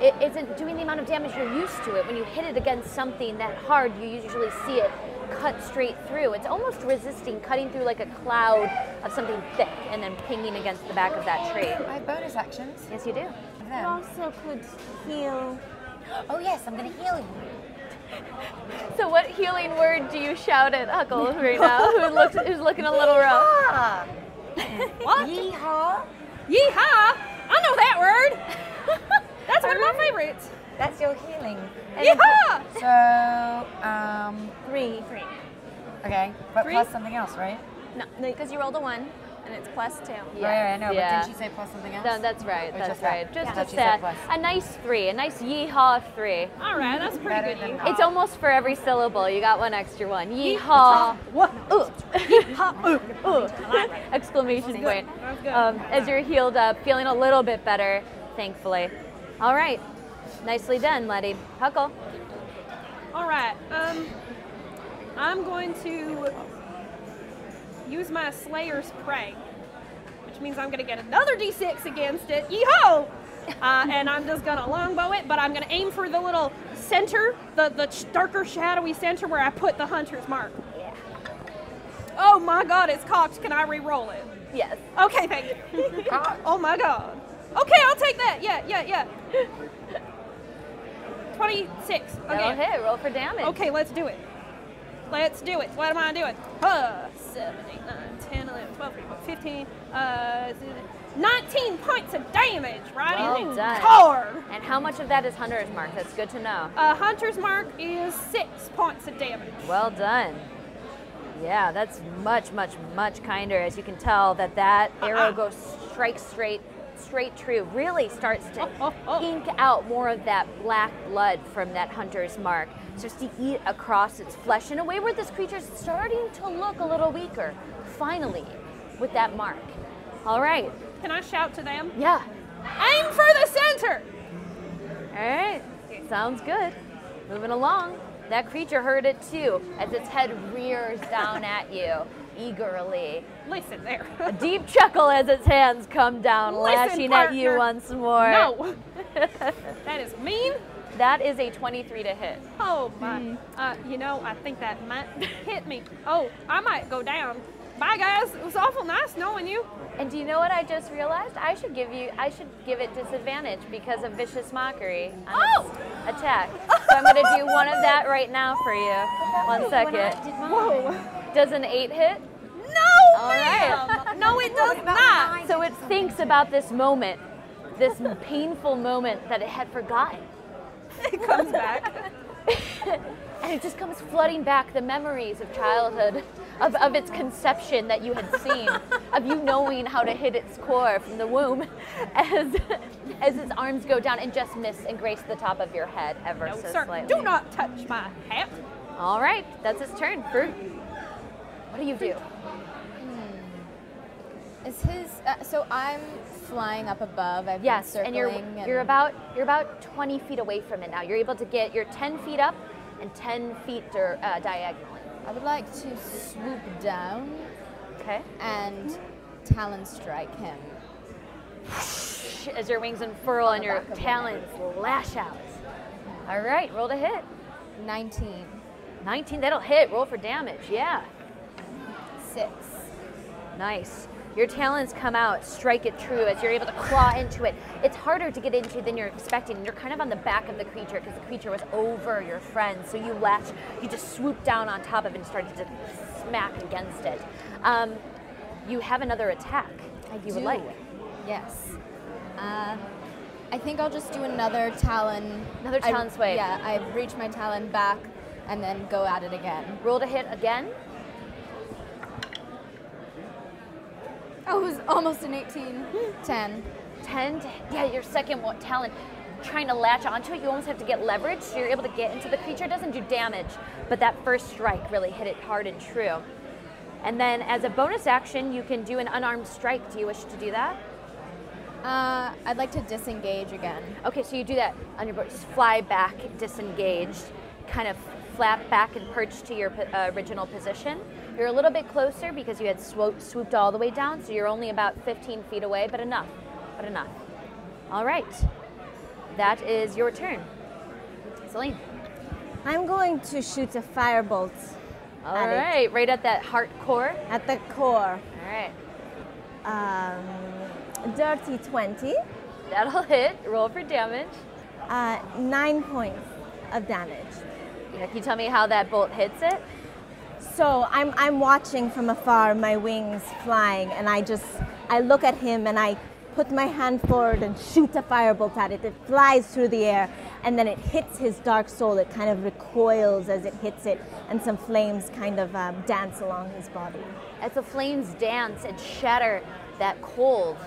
it isn't doing the amount of damage you're used to it. When you hit it against something that hard, you usually see it cut straight through. It's almost resisting cutting through like a cloud of something thick and then pinging against the back of that tree. I have bonus actions. Yes, you do. of You them. also could heal. Oh yes, I'm gonna heal you. So, what healing word do you shout at Huckle right now? Who looks who's looking a little rough? Ah. What? Yeehaw! Yeehaw! I know that word. That's one of my favorites. That's your healing. Yeehaw! So, um, Three. okay, but Three? plus something else, right? No, because you rolled a one, and it's plus two. Right, I know, yeah. but didn't she say plus something else? No, that's right. Or That's just that? right. Just Yeah. a She said sad, plus. a nice three, a nice yeehaw three. All right, that's pretty Better good. than you. that. It's almost for every syllable. You got one extra one. Yeehaw! What? Ooh! Ooh! Ooh! Exclamation point. That's good. Um, as you're healed up, feeling a little bit better, thankfully. All right. Nicely done, Letty. Huckle. All right. Um, I'm going to use my Slayer's Prey, which means I'm going to get another D6 against it. Yeehaw! Uh, and I'm just going to longbow it, but I'm going to aim for the little center, the the sh- darker shadowy center where I put the hunter's mark. Oh my God! It's cocked. Can I re-roll it? Yes. Okay, thank you. oh my god. Okay, I'll take that. Yeah, yeah, yeah. 26. That'll Okay. hit. Roll for damage. Okay, let's do it. Let's do it. What am I doing? Huh. 7, 8, 9, 10, 11, 12, 13, 15, uh, 19 points of damage right in Well the done. core. And how much of that is Hunter's Mark? That's good to know. Uh, Hunter's Mark is six points of damage. Well done. Yeah, that's much, much, much kinder. As you can tell, that that arrow goes strike straight, straight true. Really starts to ink out more of that black blood from that hunter's mark. Starts to eat across its flesh in a way where this creature's starting to look a little weaker. Finally, with that mark. All right. Can I shout to them? Yeah. Aim for the center! All right. Sounds good. Moving along. That creature heard it too, as its head rears down at you eagerly. Listen there. A deep chuckle as its hands come down, Listen, lashing at you partner. once more. No. that is mean. That is a 23 to hit. Oh my. Hmm. Uh, you know, I think that might hit me. Oh, I might go down. Bye guys. It was awful nice knowing you. And do you know what I just realized? I should give you I should give it disadvantage because of vicious mockery on Oh! its attack. So I'm gonna do one of that right now for you. One second. Whoa. Does an eight hit? No, All ma'am. No, it does not. So it thinks about this moment, this painful moment that it had forgotten. It comes back. And it just comes flooding back the memories of childhood, of, of its conception that you had seen, of you knowing how to hit its core from the womb as, as its arms go down and just miss and grace the top of your head ever No, so sir. slightly. Do not touch my hat. All right, that's its turn. Fruit. What do you do? Is his. Uh, so I'm flying up above. I've Yes, been and you're circling. you're about you're about 20 feet away from it now. You're able to get you're 10 feet up and 10 feet dir- uh, diagonally. I would like to swoop down Okay. and talon strike him. As your wings unfurl and your back of the talons lash out. All right, roll to hit. 19. 19, that'll hit. Roll for damage. Yeah. Six. Nice. Your talons come out, strike it true as you're able to claw into it. It's harder to get into than you're expecting. You're kind of on the back of the creature because the creature was over your friend. So you latch, you just swoop down on top of it and started to smack against it. Um, you have another attack I you do. would like. Yes. Uh, I think I'll just do another talon. Another I- talon swipe. Yeah, I reach my talon back and then go at it again. Roll to hit again. Oh, it was almost an 18. 10. 10 to, yeah your second one talent trying to latch onto it you almost have to get leverage so you're able to get into the creature it doesn't do damage but that first strike really hit it hard and true and then as a bonus action you can do an unarmed strike do you wish to do that Uh, I'd like to disengage again. okay so you do that on your bo- just fly back disengaged kind of flap back and perch to your po- uh, original position you're a little bit closer because you had swo- swooped all the way down so you're only about 15 feet away but enough but enough all right that is your turn Celine. I'm going to shoot a firebolt All At it. right, right at that heart core. at the core. All right, Um, dirty 20, that'll hit. Roll for damage. uh, nine points of damage. Yeah, can you tell me how that bolt hits it? So I'm, I'm watching from afar, my wings flying, and I just, I look at him and I put my hand forward and shoot a firebolt at it. It flies through the air and then it hits his dark soul. It kind of recoils as it hits it, and some flames kind of um, dance along his body. As the flames dance and shatter that cold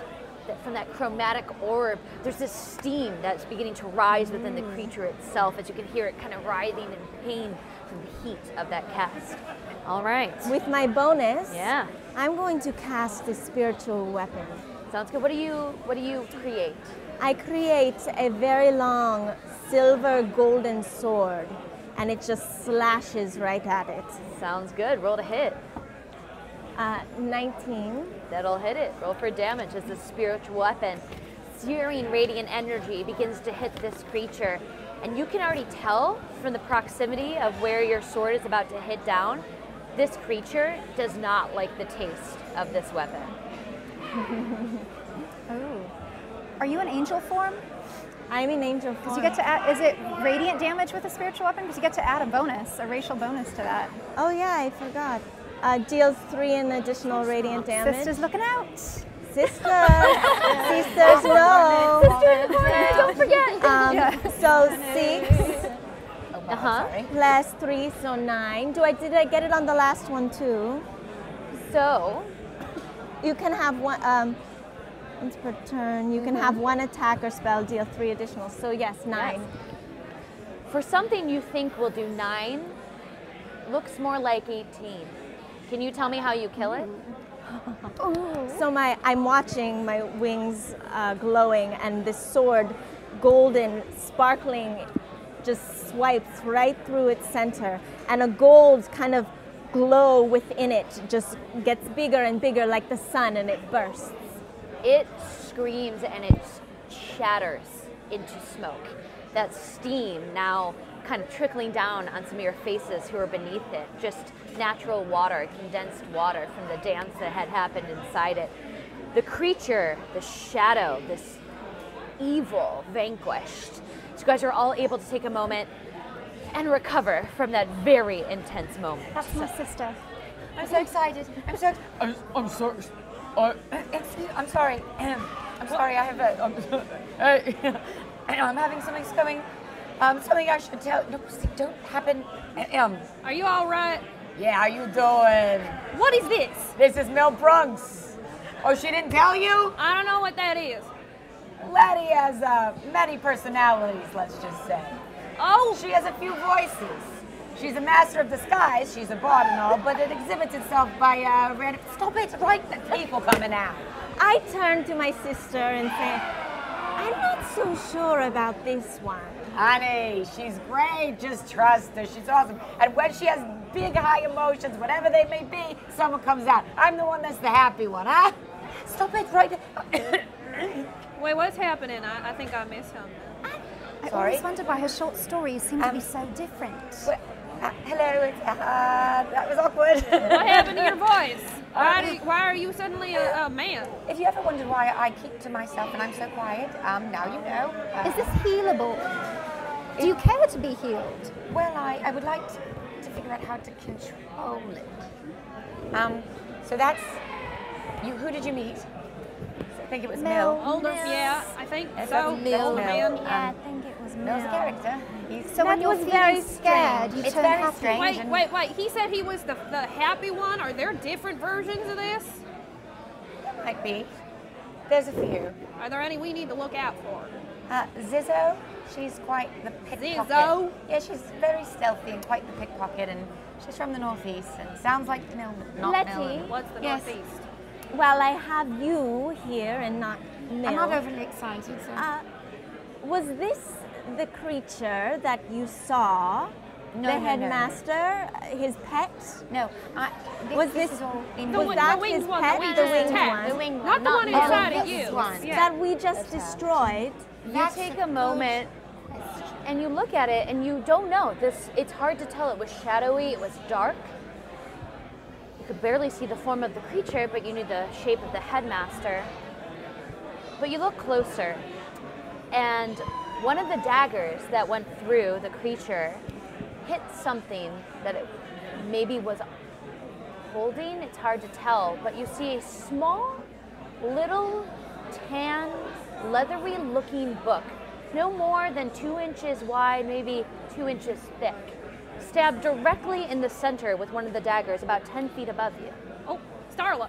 that from that chromatic orb, there's this steam that's beginning to rise within the creature itself, as you can hear it kind of writhing in pain from the heat of that cast. All right. With my bonus, Yeah, I'm going to cast a spiritual weapon. sounds good. What do you What do you create? I create a very long silver golden sword, and it just slashes right at it. Sounds good. Roll to hit. Uh, 19. That'll hit it. Roll for damage as the spiritual weapon. Searing radiant energy begins to hit this creature. And you can already tell from the proximity of where your sword is about to hit down, this creature does not like the taste of this weapon. Oh. Are you an angel form? I'm in angel form. Because you get to add, is it radiant damage with a spiritual weapon? Because you get to add a bonus, a racial bonus to that. oh yeah, I forgot. Uh, deals three in additional radiant damage. Sister's looking out. sister, sisters, no. Don't forget. Uh-huh. Um, So six Uh huh. plus three, so nine. Do I did I get it on the last one too? So, You can have one. Um, once per turn, you can Mm-hmm. have one attack or spell deal three additional. So yes, nine. for something you think will do nine, looks more like 18. Can you tell me how you kill it? So my, I'm watching my wings uh, glowing, and this sword, golden, sparkling, just swipes right through its center, and a gold kind of glow within it just gets bigger and bigger like the sun, and it bursts. It screams and it shatters into smoke. That steam now kind of trickling down on some of your faces who are beneath it. Just natural water, condensed water from the dance that had happened inside it. The creature, the shadow, this evil vanquished. So you guys are all able to take a moment and recover from that very intense moment. That's my sister. I'm so excited. I'm so. ex- I'm, I'm sorry. I, Excuse. I'm sorry. I'm sorry. I have a. I'm, hey. I'm having something going. Um, something I should tell. No, see, don't happen. Um, Are you all right? yeah, how you doing? What is this? This is Mel Brunks. Oh, she didn't tell you? I don't know what that is. Laddie has uh, many personalities, let's just say. Oh, She has a few voices. She's a master of disguise, she's a bard and all, but it exhibits itself by uh, random. Stop it, right? The people coming out. I turn to my sister and say, I'm not so sure about this one. Honey, she's great. Just trust her. She's awesome. And when she has big, high emotions, whatever they may be, someone comes out. I'm the one that's the happy one, huh? Stop it right uh, there. wait, what's happening? I, I think I missed him. I Sorry? always wonder why her short stories seem to be so different. Wait, uh, hello. it's- Uh, that was awkward. What happened to your voice? Why, do, why are you suddenly a, a man? if you ever wondered why I keep to myself and I'm so quiet, um, now you know. Uh, Is this healable? Do you care to be healed? Well, I, I would like to, to figure out how to control it. Um, so that's you. Who did you meet? I think it was Mel. Mel. Older? Yes. Yeah, I think That's so. Mel. The older Mel. man. Yeah, I think it Um, was Mel's a Mel. character. He's So when Mel you're was feeling very scared, strange. you it's turn very happy. strange. Wait, and- wait, wait. He said he was the, the happy one. Are there different versions of this? Might be. There's a few. Are there any we need to look out for? Uh, Zizzo, she's quite the pickpocket. Zizzo? Yeah, she's very stealthy and quite the pickpocket, and she's from the northeast and sounds like Mel. Not Mel. Letty. What's the Yes. northeast? Well, I have you here and not Mel. I'm not overly excited, so. Uh, was this the creature that you saw? No, the no, no, no. headmaster, uh, his pet? No, I, thi- Was this, this- is all in The was one- that- that the winged his one, pet? the winged The just winged attacked. one. The winged one, Not, the not one Mel. inside of This you. one. Yeah. That we just destroyed. You take a moment and you look at it and you don't know. This it's hard to tell. It was shadowy, it was dark. You could barely see the form of the creature, but you knew the shape of the headmaster. But you look closer, and one of the daggers that went through the creature hit something that it maybe was holding. It's hard to tell, but you see a small, little, tan, leathery looking book, no more than two inches wide, maybe two inches thick, stabbed directly in the center with one of the daggers about 10 feet above you. Oh, Starla.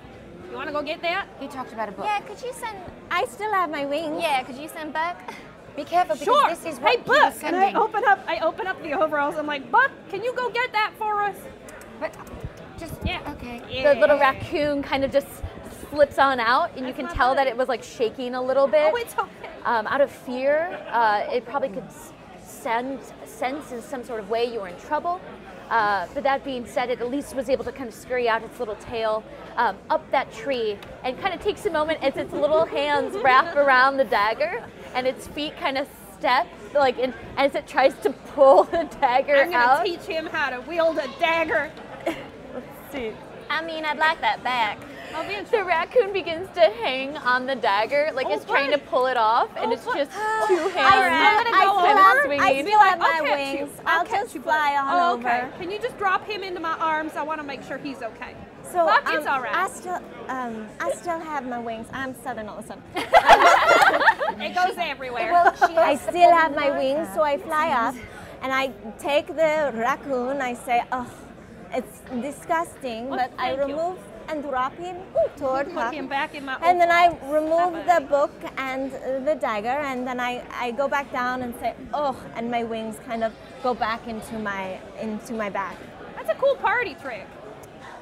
You want to go get that? he talked about a book. yeah, could you send? I still have my wings. Yeah, could you send back? Be careful because Sure. this is hey, what he was Buck. And I sending. open up. I open up the overalls. I'm like, Buck, can you go get that for us? But just Yeah. Okay. Yeah. The little raccoon kind of just slips on out, and you That's can my tell that buddy. it was like shaking a little bit. Oh, it's okay. um, out of fear, uh, it probably could s- send, sense in some sort of way you were in trouble. Uh, but that being said, it at least was able to kind of scurry out its little tail um, up that tree and kind of takes a moment as its little hands wrap around the dagger and its feet kind of step like in, as it tries to pull the dagger I'm gonna out. teach him how to wield a dagger. I mean, I'd like that back. the raccoon begins to hang on the dagger, like it's trying to pull it off, and it's just two hands. I, and I, swinging. flail- I flail out my I'll catch you. wings. I'll catch just you, bud. fly on oh, over. okay. Can you just drop him into my arms? I want to make sure he's okay. So Fuck, um, it's all right. I still, um, I still have my wings. I'm southern awesome. it goes everywhere. I still have my wings, so I fly up, and I take the raccoon. I say, oh, it's disgusting, Well, but I Oh, thank you. remove and drop him Put toward her. him back in my And then I old- remove the Somebody. book and uh, the dagger, and then I, I go back down and say, oh, and my wings kind of go back into my into my back. That's a cool party trick.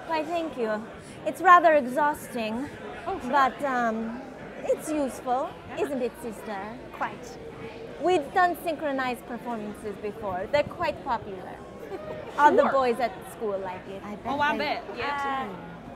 Why, thank you. It's rather exhausting, Oh, sure. but um, it's useful, isn't it, sister? Quite. We've done synchronized performances before. They're quite popular. All the Sure. boys at school like it. I bet. Oh, I they- bet. Yeah.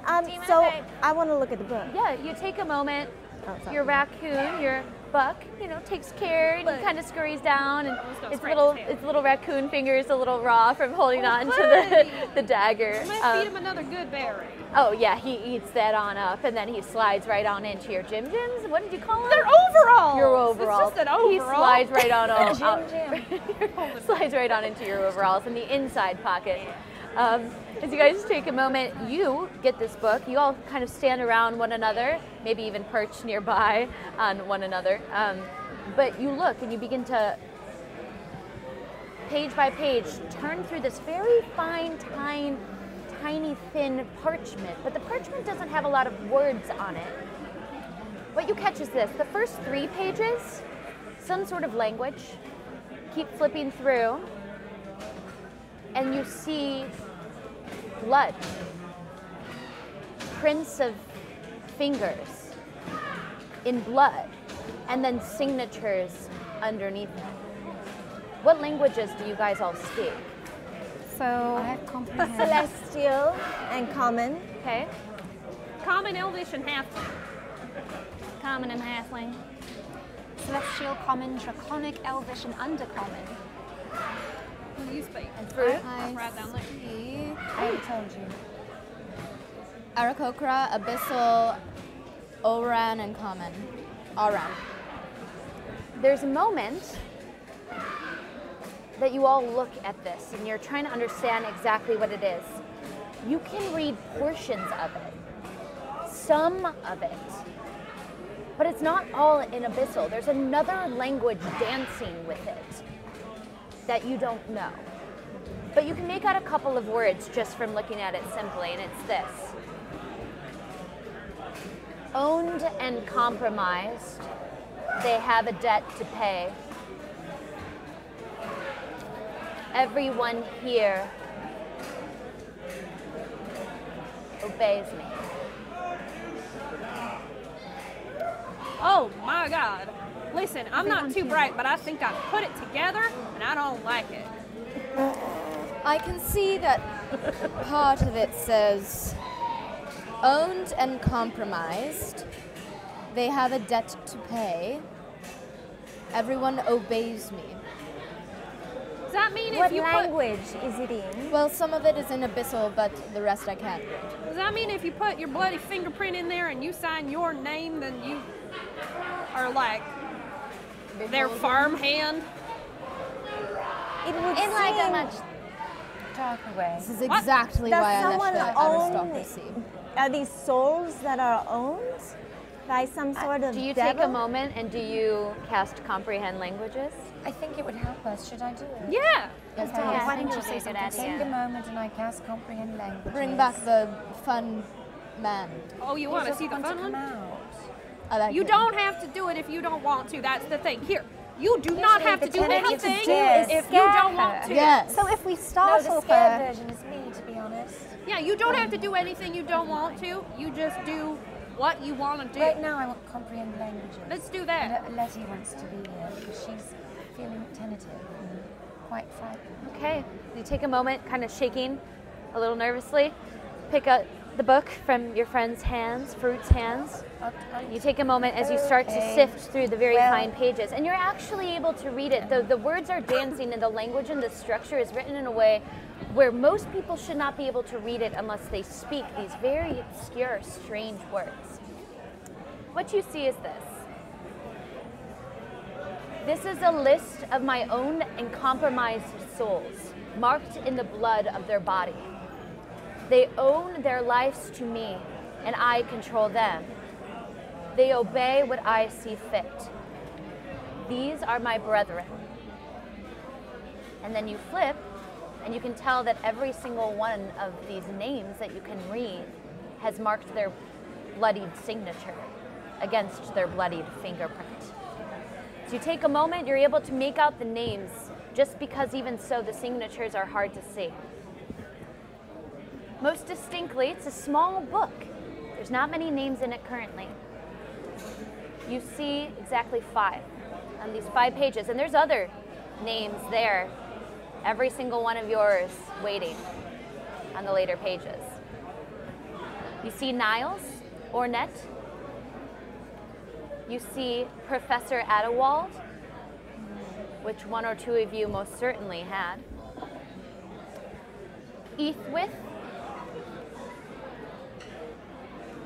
Um, mind so if I want to look at the book. Yeah, you take a moment. Oh, sorry. Your raccoon, your buck, you know, takes care and kind of scurries down, and Almost got its scratched little his tail. its little raccoon fingers a little raw from holding Oh, on buddy. to the, the dagger. I'm gonna feed him Um, another good berry. oh yeah, he eats that on up, and then he slides right on into your Jim Jims. What did you call them? They're overalls. Your overalls. It's just an He overall. slides right on out, out- Jim. slides right on into your overalls in the inside pocket. Um, as you guys take a moment, you get this book. You all kind of stand around one another, maybe even perch nearby on one another. Um, but you look and you begin to page by page turn through this very fine, tiny, tiny, thin parchment. But the parchment doesn't have a lot of words on it. What you catch is this: the first three pages, some sort of language keep flipping through and you see blood prints of fingers in blood and then signatures underneath it what languages do you guys all speak So I comprehend. Celestial and common. okay Common Elvish and half. Common and halfling. celestial, common, draconic, elvish, and undercommon. Who do you speak? Fruit? Let's write down there. see. I already told you. Arakokra, Abyssal, Oran, and Common. Oran. there's a moment that you all look at this and you're trying to understand exactly what it is. You can read portions of it, some of it, but it's not all in Abyssal. There's another language dancing with it that you don't know. But you can make out a couple of words just from looking at it simply, and it's this owned and compromised, they have a debt to pay. Everyone here obeys me. Oh my God. Listen, I'm not too bright, but I think I put it together and I don't like it. I can see that part of it says owned and compromised. They have a debt to pay. Everyone obeys me. Does that mean What if you language is it in? Well, some of it is in Abyssal, but the rest I can't. put does that mean if you put your bloody fingerprint in there and you sign your name, then you are like their farmhand? It would In like a seem much Talk away. This is exactly Does why I someone left the own- aristocracy. are these souls that are owned by some sort of Do you devil? take a moment and do you cast comprehend languages? I think it would help us. Should I do it? Yeah. Okay. Yeah, Why I think don't you would be say a good something? Take a idea. moment and I cast comprehend language. Bring back the fun man. Oh, you want to see the fun one? I like You him. don't have to do it if you don't want to. That's the thing. Here, you do not have to do the tenant gets a anything diss. if you Scare don't want her. to. Yes. So if we No, startle the her, scared version is me, to be honest. Yeah, you don't have to do anything you don't want to. You just do what you want to do. Right now, I want comprehend languages. Let's do that. Le- Letty wants to be here because she's feeling tentative and quite frightened. Okay. You take a moment, kind of shaking, a little nervously, pick up the book from your friend's hands, Fruit's hands. You take a moment as you start to Okay. sift through the very Well- fine pages, and you're actually able to read it. The, the words are dancing, and the language and the structure is written in a way where most people should not be able to read it unless they speak these very obscure, strange words. What you see is this. This is a list of my own and compromised souls, marked in the blood of their body. They own their lives to me, and I control them. They obey what I see fit. These are my brethren. And then you flip, and you can tell that every single one of these names that you can read has marked their bloodied signature against their bloodied fingerprint. So you take a moment, you're able to make out the names, just because even so, the signatures are hard to see. Most distinctly, it's a small book. There's not many names in it currently. You see exactly five on these five pages, and there's other names there, every single one of yours waiting on the later pages. You see Niles, Ornette, you see Professor Adewald, which one or two of you most certainly had. Ethwith,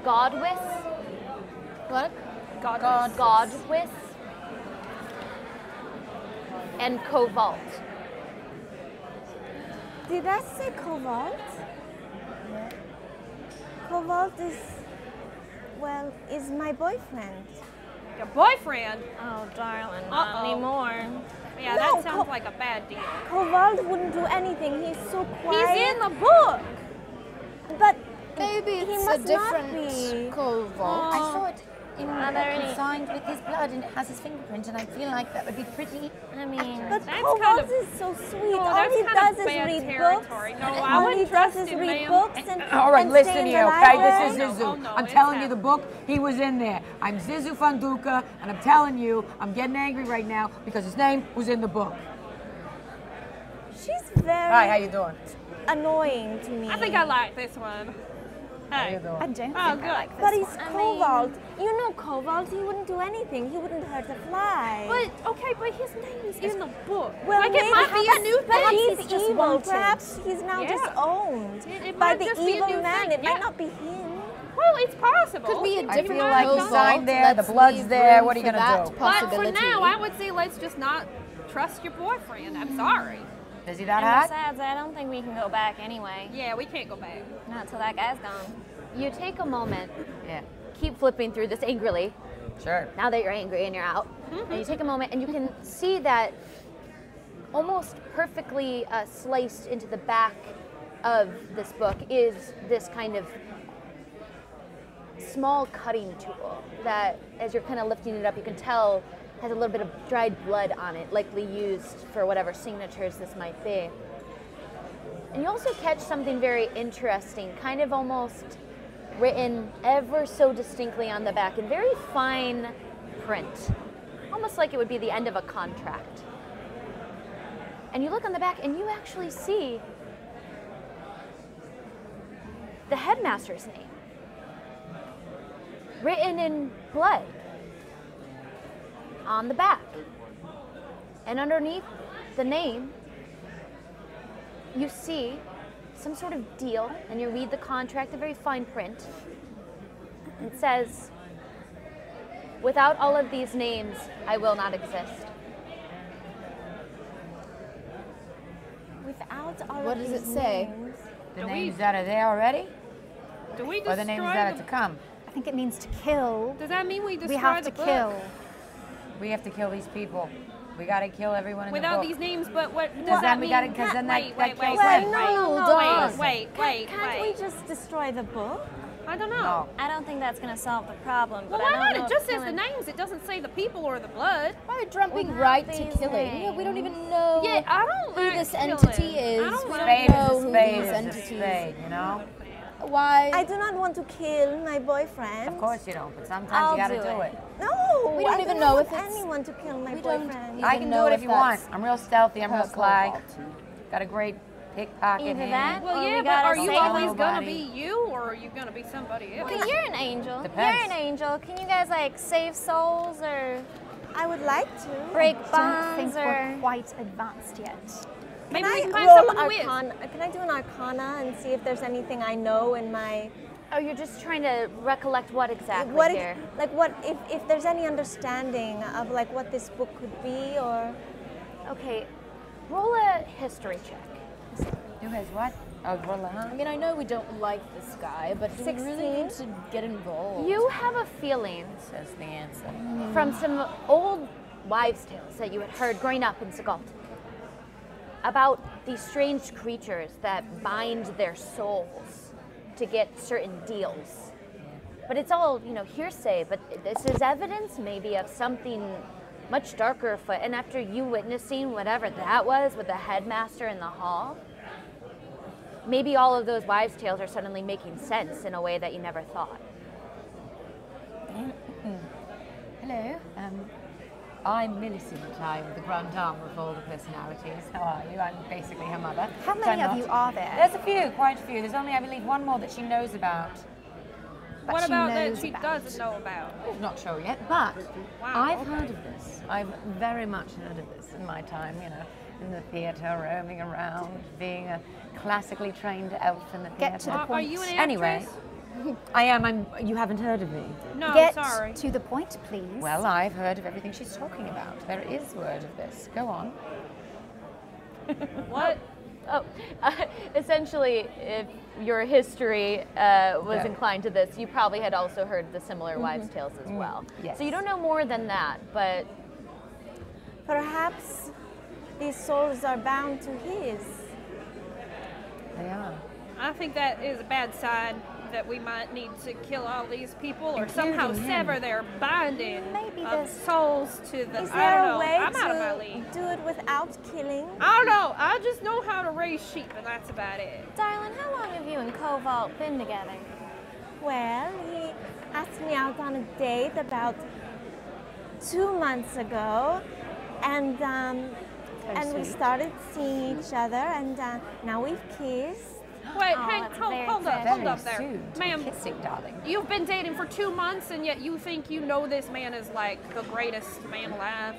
Godwith. What? Godwith. Godwith. And Covalt. Did I say cobalt? Cobalt is, well, is my boyfriend. Your boyfriend? Oh, darling, Uh-oh. not anymore. Yeah, No, that sounds like a bad deal. Cobalt wouldn't do anything. He's so quiet. in the book. But Maybe he it's a must not different cobalt. I saw it in Ah, Are the there book any- signed with his blood, and it has his fingerprint, and I feel like that would be pretty. I mean, But That's Cobalt kind of- is so sweet. No, All that's he kind of does is bad read territory. books. No, I All he wouldn't does trust is him, read ma'am. books and All right, and stay listen in here, the okay? This is library. Zizu. Oh, no, I'm it's telling you, not. the book, he was in there. I'm Zizu Funduka, and I'm telling you, I'm getting angry right now because his name was in the book. She's Hi, how very you doing? annoying to me. I think I like this one. How Hey. you don't doing? Oh, think I good. like this But he's one. Cobalt. You know Cobalt, he wouldn't do anything. He wouldn't hurt a fly. But okay, but his name is in the book. Well, like maybe it might be a new perhaps thing. he's evil. Perhaps he's now Yeah. disowned It- it by might the just be a evil new man. thing, It yeah. might not be him. Well, it's possible. Could be a You different might like not he's know. signed there, the blood's there, what are you gonna do? But for now, I would say let's just not trust your boyfriend. I'm sorry. Is he that and hot? besides, I don't think we can go back anyway. Yeah, we can't go back. Not till that guy's gone. You take a moment, Yeah, keep flipping through this angrily, sure. Mm-hmm. now that you're angry and you're out, and you take a moment and you can see that almost perfectly uh, sliced into the back of this book is this kind of small cutting tool that, as you're kind of lifting it up, you can tell has a little bit of dried blood on it, likely used for whatever signatures this might be. And you also catch something very interesting, kind of almost written ever so distinctly on the back in very fine print, almost like it would be the end of a contract. And you look on the back and you actually see the headmaster's name written in blood on the back. And underneath the name, you see some sort of deal and you read the contract, the very fine print. It says, Without all of these names, I will not exist. Without all What of does it these say? names. The Do we- names that are there already? Do we destroy Or the names that are the- to come? I think it means to kill. Does that mean we destroy We have the to book? kill. We have to kill these people. We gotta kill everyone in the Without book. these names, but what does Well, that we mean? gotta- 'cause then that- wait, that wait, wait, kills wait, them. wait, on. wait, wait, Can't wait. we just destroy the book? I don't know. No. I don't think that's gonna solve the problem. Well, but why I don't not? know It if just says the killing- names. It doesn't say the people or the blood. We're jumping Without right to these killing. Yeah, we don't even know Yeah, I don't who like this killing. entity I is. don't we like- Spade don't is know a who spade these is a entities. spade, you know? Why? I do not want to kill my boyfriend. Of course you don't, but sometimes I'll you gotta do do it. it. No. We don't I even do know not if want it's- anyone to kill my we don't boyfriend. even I can do know it if if you want. that's I'm real stealthy. I'm real her sly. cobalt. Got a great pickpocket. Either Mm-hmm. that hand. Well, or yeah, we but gotta are you save always gonna somebody. be you, or are you gonna be somebody else? Okay, you're an angel. Depends. You're an angel. Can you guys like save souls or? I would like to. Break I don't think bonds we're or? quite advanced yet. Can Maybe we I can find roll someone who is. arcana? Can I do an arcana and see if there's anything I know in my Oh, you're just trying to recollect what exactly what here. if, like what if, if there's any understanding of like what this book could be or Okay, roll a history check. You guys what? Oh, roll a I hand. mean, I know we don't like this guy, but do we really need to get involved. You have a feeling Says the answer. from some old wives' tales that you had heard growing up in Segalt about these strange creatures that bind their souls to get certain deals. But it's all, you know, hearsay, but this is evidence maybe of something much darker afoot. And after you witnessing whatever that was with the headmaster in the hall, maybe all of those wives' tales are suddenly making sense in a way that you never thought. Hello. Um, I'm Millicent. I'm the grand dame of all the personalities. How are you? I'm basically her mother. How but many I'm of not. you are there? There's a few, quite a few. There's only, I believe, one more that she knows about. that What she about that knows she about? doesn't know about? I'm not sure yet, but Wow, I've okay. heard of this. I've very much heard of this in my time, you know, in the theatre, roaming around, being a classically trained elf in the theatre. Get to the Are, are you an actress? Anyway, I am. I'm. You haven't heard of me. No, Get Oh, sorry. to the point, please. Well, I've heard of everything she's talking about. There is word of this. Go on. What? Oh, essentially, if your history uh, was Yeah. inclined to this, you probably had also heard the similar Mm-hmm. wives' tales as well. yes. So you don't know more than that, but perhaps these souls are bound to his. They are. I think that is a bad sign that we might need to kill all these people or somehow Including him. sever their binding Maybe of there's- souls to the. Is I there don't a know. way I'm out of my to league. do it without killing? I don't know. I just know how to raise sheep, and that's about it. Darling, how long have you and Cobalt been together? Well, he asked me out on a date about two months ago, and um, and we started seeing each other, and uh, now we've kissed. Wait, hang, that's hold, very hold up, sad. hold Very up there, soon. to ma'am. Kissing, darling. You've been dating for two months, and yet you think you know this man is like the greatest man alive.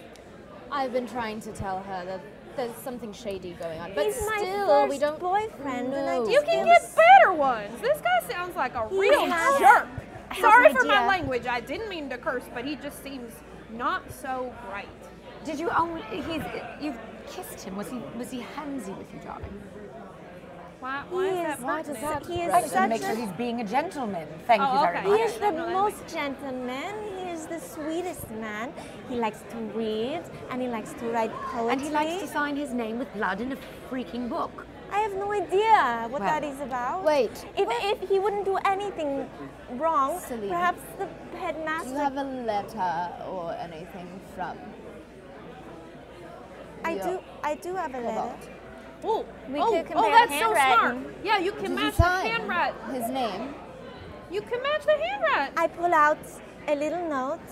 I've been trying to tell her that there's something shady going on, but He's still, my we first don't. boyfriend, and I know. just You can get better ones. This guy sounds like a real has- jerk. has Sorry an for my idea. language. I didn't mean to curse, but he just seems not so bright. Did you only? He's. You've kissed him. Was he? Was he handsy with you, darling? Why, why is He that? is- why pertinent? does that- He is I just want to such make sure a- he's being a gentleman. Thank Oh, you very okay. He much. is the No, that most gentleman. He is the sweetest man. He likes to read and he likes to write poetry. sign his name with blood in a freaking book. I have no idea what Well, that is about. Wait, If, if he wouldn't do anything wrong, Silly. perhaps the do headmaster. you have a letter or anything from? I Yeah. do. I do have a letter. Cobalt? Oh, We oh, could oh, compare that's so handwriting. smart. Yeah, you can Did you match the sign handwriting. His name. You can match the handwriting. I pull out a little note,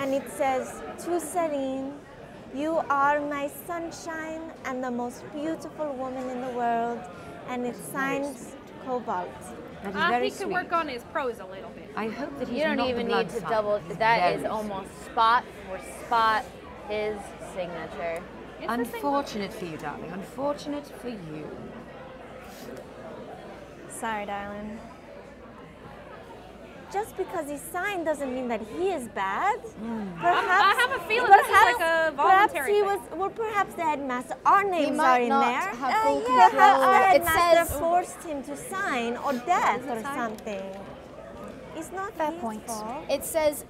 and it says, "To Celine, you are my sunshine and the most beautiful woman in the world," and it's signed Cobalt. That is I think Uh, Ah, very he sweet. could work on his prose a little bit. I hope that he's you don't not the even blood need to sign. double. He's That is very almost spot for spot his signature. sweet. Unfortunate for you, darling. Unfortunate for you. Sorry, darling. Just because he signed doesn't mean that he is bad. Perhaps Hmm. I have a feeling this is like a perhaps voluntary he thing. was, well, perhaps the headmaster. Our names might are in not there. Uh, have full yeah, perhaps control. the It headmaster says- forced him to sign, or death, or something. It's not Fair his point. fault. It says,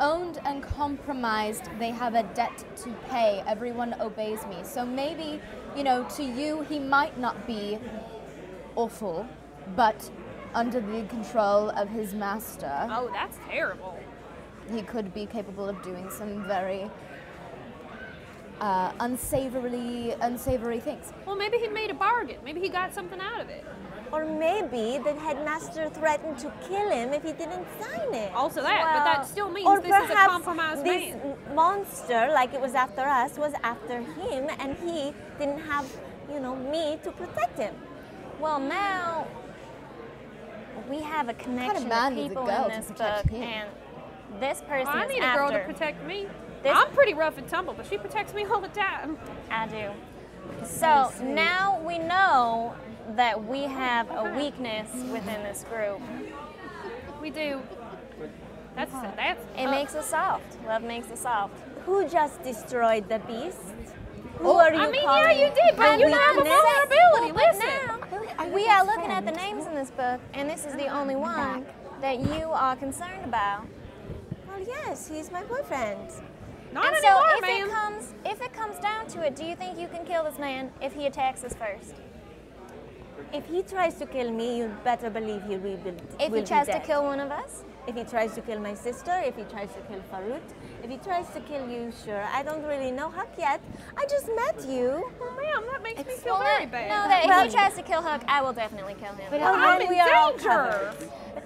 owned and compromised, they have a debt to pay. Everyone obeys me. So maybe, you know, to you, he might not be awful, but under the control of his master, Oh, that's terrible. he could be capable of doing some very uh, unsavory, unsavory things. Well, maybe he made a bargain. Maybe he got something out of it. Or maybe the headmaster threatened to kill him if he didn't sign it. Also that, but that still means or this is a perhaps compromised this man. m- monster, like it was after us, was after him, and he didn't have, you know, me to protect him. Well, now we have a connection of man does it people in go to this protect book, him? and this person I is need a after. girl to protect me. This- I'm pretty rough and tumble, but she protects me all the time. I do. So now we know that we have a weakness within this group. We do. That's Uh-huh. that's. uh, It makes us soft. Love makes us soft. Who just destroyed the beast? Who Oh, are you I mean, yeah, calling you did, but a you don't have a weakness? vulnerability. Listen, we are looking at the names in this book, and this is the only one that you are concerned about. Well, yes, he's my boyfriend. Not and anymore, so if ma'am. it comes if it comes down to it, do you think you can kill this man if he attacks us first? If he tries to kill me, you better believe he will be If will he be tries to dead. kill one of us? If he tries to kill my sister, if he tries to kill Farut, if he tries to kill you, sure. I don't really know Huck yet. I just met you. Ma'am, that makes me feel Well, very no, bad. No, that Well- if he tries to kill Huck, I will definitely kill him. But Well, I'm then in we are all danger.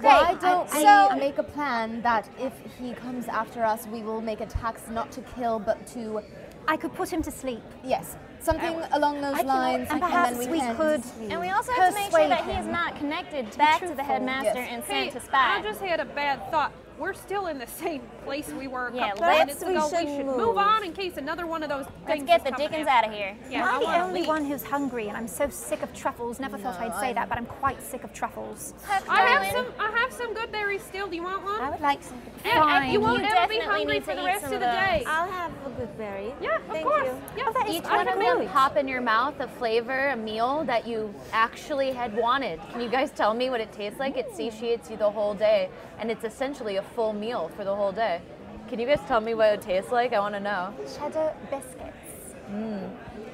Why Great. don't we So- make a plan that if he comes after us, we will make attacks not to kill but to. I could put him to sleep. Yes, something along those I can- lines. and then perhaps we, we can- could- And we also have to make sure Persuade that he is him. not connected back to the headmaster Yes. and Hey, sent to spy. I just had a bad thought. We're still in the same place we were a Yeah, couple let's- minutes we ago. should we should move. on in case another one of those Let's things. get is the coming Dickens after. out of here. Yeah, I I'm the wanna only leave. one who's hungry, and I'm so sick of truffles. Never thought I'd say that, but I'm quite sick of truffles. Huck, I have darling, some. I have some good berries still. Do you want one? I would like some. And- and you won't You ever be definitely hungry need for to the eat rest some of the of those. day. I'll have a good berry. yeah, Thank of course. You. Yeah, is I Each can one of make them pop in your mouth a flavor, a meal that you actually had wanted. Can you guys tell me what it tastes like? It satiates you the whole day, and it's essentially a full meal for the whole day. Can you guys tell me what it tastes like? I want to know. Cheddar biscuits.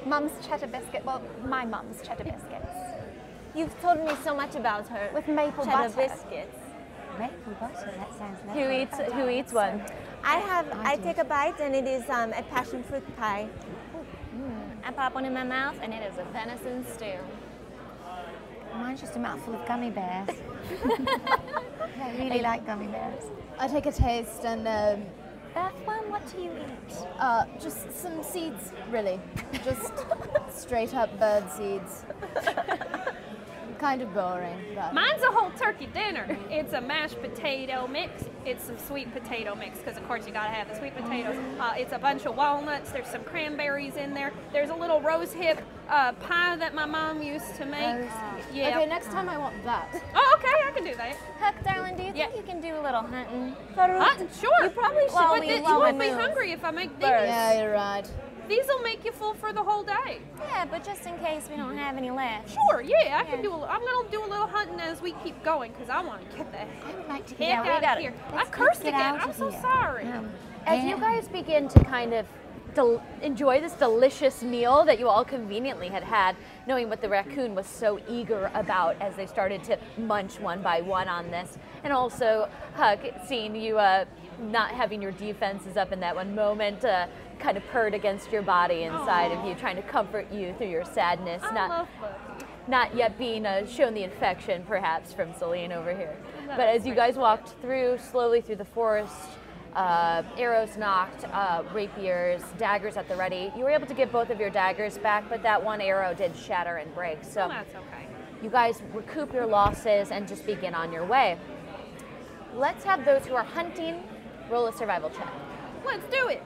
Mum's cheddar biscuit. Well, my mum's cheddar biscuits You've told me so much about her. with maple cheddar butter. biscuits. Maple butter. That sounds lovely. Who eats? Who eats one? I have. I take a bite, and it is um, a passion fruit pie. I pop one in my mouth, and it is a venison stew. Mine's just a mouthful of gummy bears. I really like gummy bears. I take a taste and um, Earthworm, what do you eat? uh, just some seeds, really, just straight up bird seeds. kind of boring, but Mine's a whole turkey dinner. It's a mashed potato mix. It's some sweet potato mix because, of course, you gotta have the sweet potatoes. Uh, it's a bunch of walnuts. There's some cranberries in there. There's a little rose hip uh, pie that my mom used to make. yeah. okay. Next time I want that. Oh, okay. I can do that. Huck, darling, do you think Yeah. you can do a little hunting? Uh, sure. You probably should. While But we- th- you while we won't be move. hungry if I make these. Yeah, you're right. These will make you full for the whole day. Yeah, but just in case we don't have any left. Sure. Yeah, I can do. A, I'm gonna do a little hunting as we keep going because I want to get the I would like to heck get we out gotta- of here. I let's- let's cursed get again. out I'm of so here. sorry. As you guys begin to kind of del- enjoy this delicious meal that you all conveniently had had, knowing what the raccoon was so eager about as they started to munch one by one on this, and also Huck seeing you uh, not having your defenses up in that one moment. Uh, Kind of purred against your body inside of you, trying to comfort you through your sadness, I not love Bucky. not yet being uh, shown the infection, perhaps, from Celine over here. But as you guys walked through, slowly through the forest, uh, arrows knocked, uh, rapiers, daggers at the ready, you were able to get both of your daggers back, but that one arrow did shatter and break. So Well, that's okay. you guys recoup your losses and just begin on your way. Let's have those who are hunting roll a survival check. Let's do it.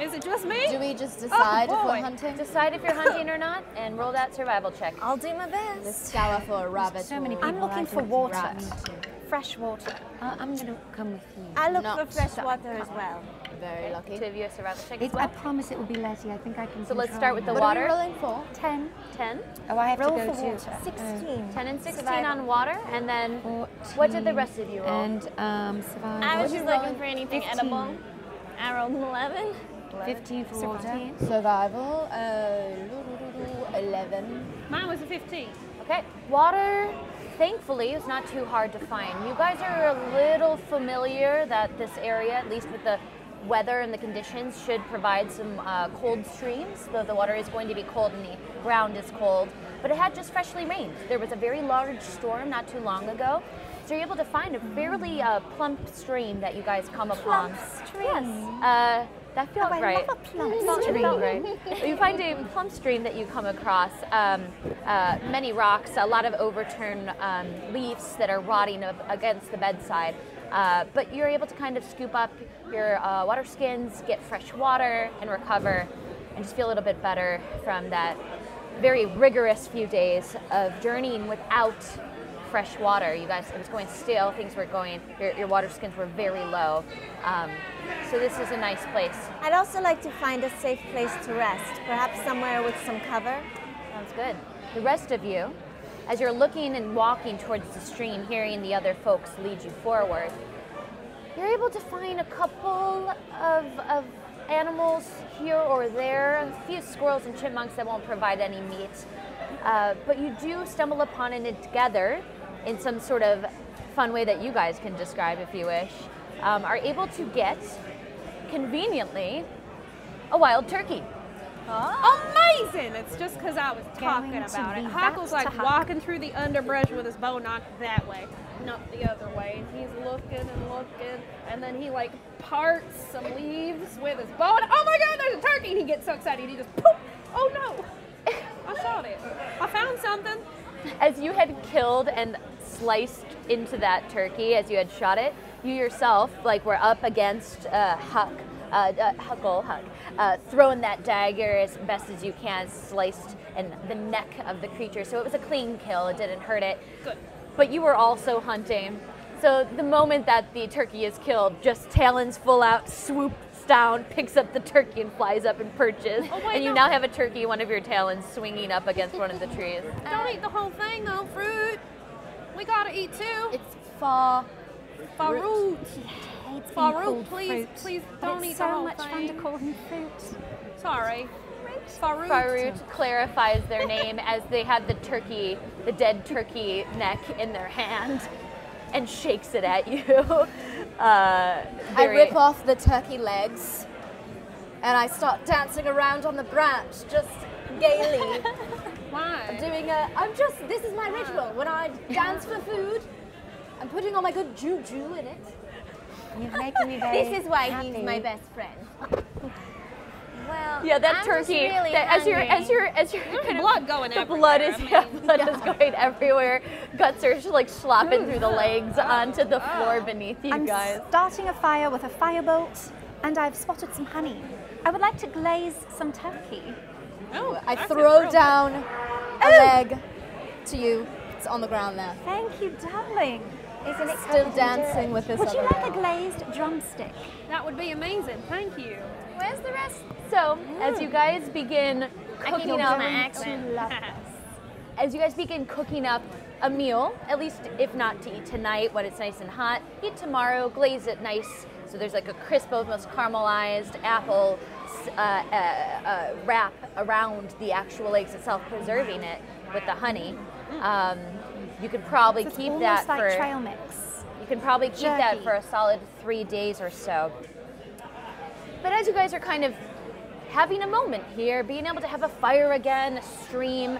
Is it just me? Oh, Do we just decide if boy. we're hunting? Just Decide if you're hunting or not, and roll that survival check. I'll do my best. scour for a rabbit. So many or- people I'm looking like for to water. rat. Fresh water. I- I'm going to come with you. I look Not for fresh water as well. Very lucky. Two of you a survival check as It, I well. promise it will be lazy. I think I can. So let's control start with the it. What are water. we rolling for? 10. 10. Oh, I have Roll to go for to water. 16. 10 and 16 on water, and then 14. what did the rest of you roll? And um, survival. I was just looking for anything 15. edible. I rolled an 11. 15 for water. Survival. Uh, 11. Mine was a 15. okay, water, thankfully, is not too hard to find. You guys are a little familiar that this area, at least with the weather and the conditions, should provide some uh, cold streams, though the water is going to be cold and the ground is cold. But it had just freshly rained. There was a very large storm not too long ago. So you're able to find a fairly uh, plump stream that you guys come upon. Plump stream. Yes. Uh, That felt Oh, I love right. a plum It felt- it stream. felt right. you find a plum stream that you come across. Um, uh, many rocks, a lot of overturned um, leaves that are rotting up against the bedside. Uh, but you're able to kind of scoop up your uh, water skins, get fresh water, and recover, and just feel a little bit better from that very rigorous few days of journeying without fresh water. You guys, it was going stale. Things were going. Your, your water skins were very low. Um, so this is a nice place. I'd also like to find a safe place to rest, perhaps somewhere with some cover. Sounds good. The rest of you, as you're looking and walking towards the stream, hearing the other folks lead you forward, you're able to find a couple of, of animals here or there, a few squirrels and chipmunks that won't provide any meat. Uh, but you do stumble upon it together in some sort of fun way that you guys can describe if you wish, um, are able to get, conveniently, a wild turkey. Amazing! It's just because I was talking Going to about it. be Hackle's back like to Hackle. walking through the underbrush with his bow knot that way, not the other way. And he's looking and looking, and then he like parts some leaves with his bow. And, oh my God! There's a turkey! And he gets so excited. He just poof! Oh no! I shot it. I found something. As you had killed and sliced into that turkey as you had shot it, you yourself, like, were up against uh, Huck, uh, uh, Huckle, Huck, uh, throwing that dagger as best as you can, sliced in the neck of the creature. So it was a clean kill, it didn't hurt it. Good. But you were also hunting. So the moment that the turkey is killed, just talons full out, swoops down, picks up the turkey and flies up and perches. Oh, wait, and you no. now have a turkey, one of your talons swinging up against one of the trees. Don't eat the whole thing though. Fruit. We gotta eat two. It's far. Farooq. Hates being Farooq, called please, fruit. please But don't it's eat so the whole much thing. fun to call him fruit. Sorry. Farooq. Farut clarifies their name as they have the turkey, the dead turkey neck in their hand, and shakes it at you. Uh, I very- rip off the turkey legs and I start dancing around on the branch, just gaily. I'm Why? doing a. I'm just. This is my ritual. When I dance for food, I'm putting all my good juju in it. You're making me very This is why he's happy. my best friend. Yeah, that I'm just turkey. really that- as your as hungry. your as your kind of- blood going the everywhere, blood is I mean. yeah, blood is going everywhere. Guts are just, like slopping through the legs onto the floor beneath you I'm guys. starting a fire with a firebolt, and I've spotted some honey. I would like to glaze some turkey. No, Oh, I that's throw real- down a leg to you. It's on the ground there. Thank you, darling. Isn't it Still covered in dancing dirt? with this Would you other like a girl. glazed drumstick? That would be amazing. Thank you. Where's the rest? So as you guys begin cooking up as you guys begin cooking up a meal, at least if not to eat tonight when it's nice and hot, eat tomorrow, glaze it nice. So there's like a crisp, almost caramelized apple s- uh, uh, uh, wrap around the actual eggs itself, preserving it with the honey. Um, you could probably Mm. It's keep almost that like for trail mix. you can probably keep that Jerky. for a solid three days or so. But as you guys are kind of having a moment here, being able to have a fire again, a stream,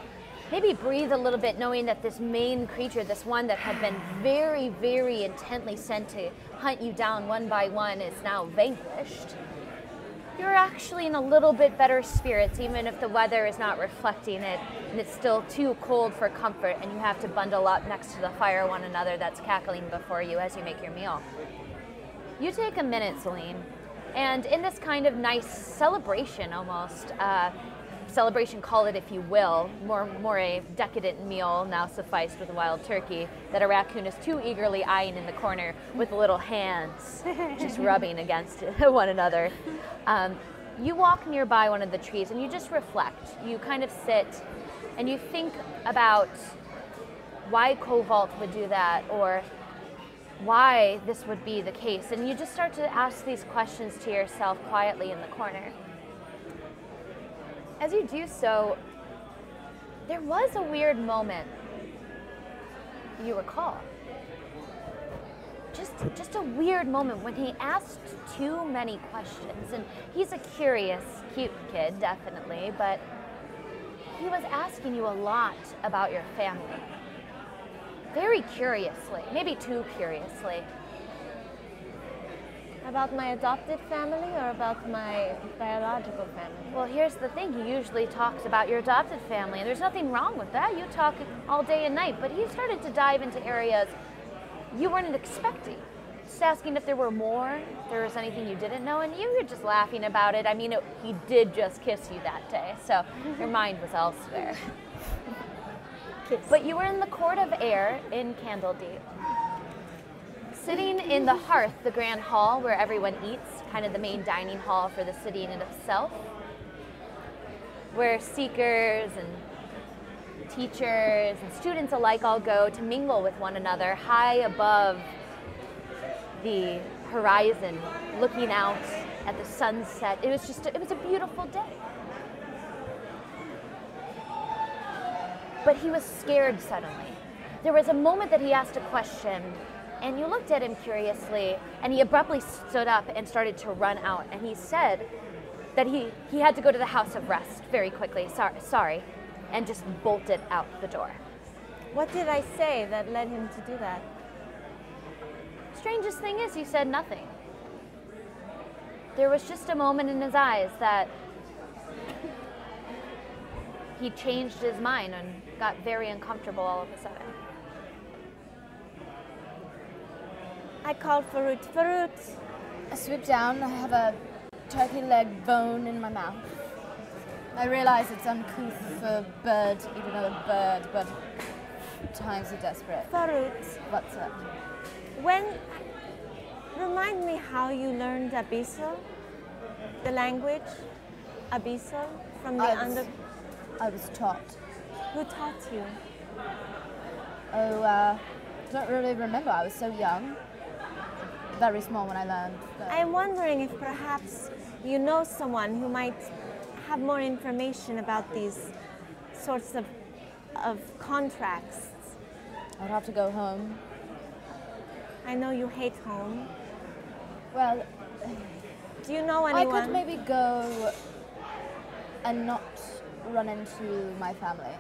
maybe breathe a little bit, knowing that this main creature, this one that had been very, very intently sent to hunt you down one by one, is now vanquished. You're actually in a little bit better spirits, even if the weather is not reflecting it and it's still too cold for comfort, and you have to bundle up next to the fire one another that's cackling before you as you make your meal. You take a minute, Celine, and in this kind of nice celebration, almost uh, celebration, call it if you will, more more a decadent meal now sufficed with wild turkey that a raccoon is too eagerly eyeing in the corner with little hands just rubbing against one another. Um, you walk nearby one of the trees and you just reflect. You kind of sit and you think about why Kovalt would do that or why this would be the case. And you just start to ask these questions to yourself quietly in the corner. As you do so, there was a weird moment you recall. Just, just a weird moment when he asked too many questions. And he's a curious, cute kid, definitely, but he was asking you a lot about your family very curiously, maybe too curiously. About my adopted family or about my biological family? Well, here's the thing. He usually talks about your adopted family, and there's nothing wrong with that. You talk all day and night, but he started to dive into areas you weren't expecting. Just asking if there were more, if there was anything you didn't know, and you were just laughing about it. I mean, it, he did just kiss you that day, so your mind was elsewhere. But you were in the court of air in Candledeep. Sitting in the hearth, the grand hall where everyone eats, kind of the main dining hall for the city in and of itself, where seekers and teachers and students alike all go to mingle with one another high above the horizon, looking out at the sunset. It was just, a, it was a beautiful day. But he was scared suddenly. There was a moment that he asked a question, and you looked at him curiously, and he abruptly stood up and started to run out. And he said that he, he had to go to the house of rest very quickly, sorry, sorry and just bolted out the door. What did I say that led him to do that? Strangest thing is, he said nothing. There was just a moment in his eyes that he changed his mind and got very uncomfortable all of a sudden. I called Farut. Farut, I swoop down. I have a turkey leg bone in my mouth. I realize it's uncouth for a bird to eat another bird, but times are desperate. Farut, What's up? when. Remind me how you learned Abyssal, the language Abyssal from the I was- under. I was taught. Who taught you? Oh, uh, don't really remember. I was so young. Very small when I learned. But I'm wondering if perhaps you know someone who might have more information about these sorts of, of contracts. I'd have to go home. I know you hate home. Well, do you know I anyone? could maybe go and not run into my family.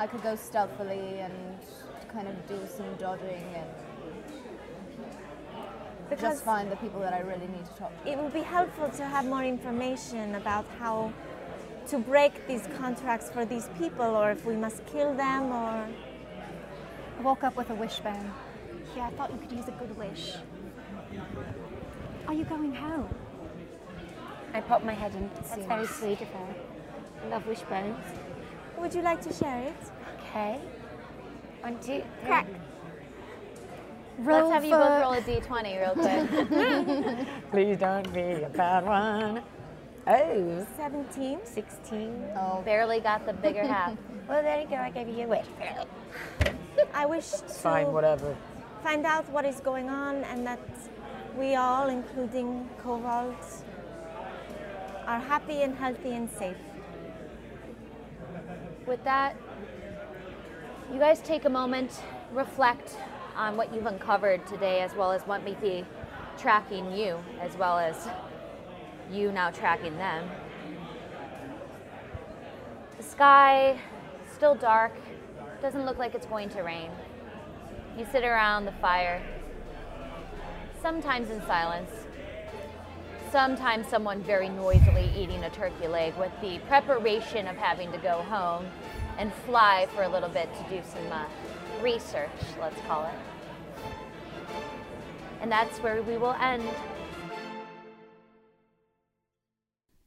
I could go stealthily and kind of do some dodging and Because- just find the people that I really need to talk to. It would be helpful to have more information about how to break these contracts for these people, or if we must kill them, or. I woke up with a wishbone. Yeah, I thought you could use a good wish. Are you going home? I pop my head in. That's Seems- very sweet of her. Love wishbones. Would you like to share it? Okay. One, two, three. Crack. Let's have you both roll a d20 real quick. Please don't be a bad one. Oh. 17. 16. Oh, barely got the bigger half. well, there you go. I gave you a wish. Barely. I wish to Fine, whatever. find out what is going on and that we all, including Kobold, are happy and healthy and safe. With that, you guys take a moment, reflect on what you've uncovered today, as well as what may be tracking you, as well as you now tracking them. The sky still dark. Doesn't look like it's going to rain. You sit around the fire, sometimes in silence, sometimes someone very noisily eating a turkey leg with the preparation of having to go home and fly for a little bit to do some uh, research, let's call it. And that's where we will end.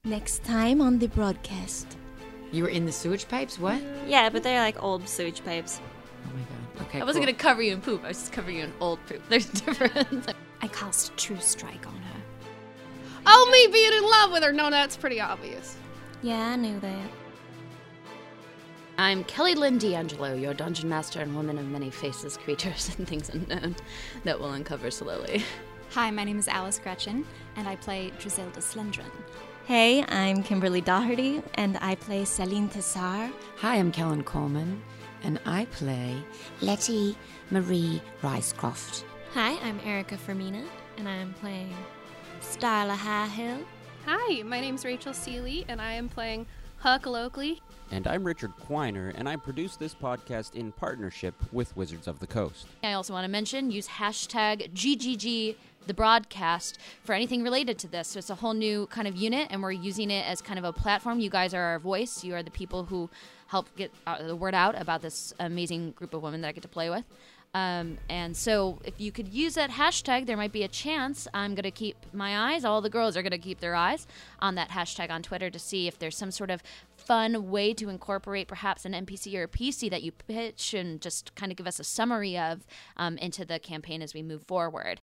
Next time on the broadcast. You were in the sewage pipes? What? Yeah, but they're like old sewage pipes. Okay. I wasn't cool. gonna cover you in poop. I was just covering you in old poop. There's a difference. I cast True Strike on her. Oh, me being in love with her. No, that's pretty obvious. Yeah, I knew that. I'm Kelly Lynn D'Angelo, your dungeon master and woman of many faces, creatures, and things unknown that we'll uncover slowly. Hi, my name is Alice Gretchen, and I play Drizilda Slendron. Hey, I'm Kimberly Doherty, and I play Celine Tassar. Hi, I'm Kellen Coleman, and I play Letty Marie Ricecroft. Hi, I'm Erica Fermina, and I'm playing Starla Highhill. Hi, my name's Rachel Seeley, and I am playing Huck Lockley. And I'm Richard Quiner, and I produce this podcast in partnership with Wizards of the Coast. I also want to mention use hashtag GGG the broadcast for anything related to this. So it's a whole new kind of unit, and we're using it as kind of a platform. You guys are our voice. You are the people who help get uh, the word out about this amazing group of women that I get to play with. Um, and so if you could use that hashtag, there might be a chance. I'm going to keep my eyes, all the girls are going to keep their eyes on that hashtag on Twitter to see if there's some sort of fun way to incorporate perhaps an NPC or a PC that you pitch and just kind of give us a summary of um, into the campaign as we move forward.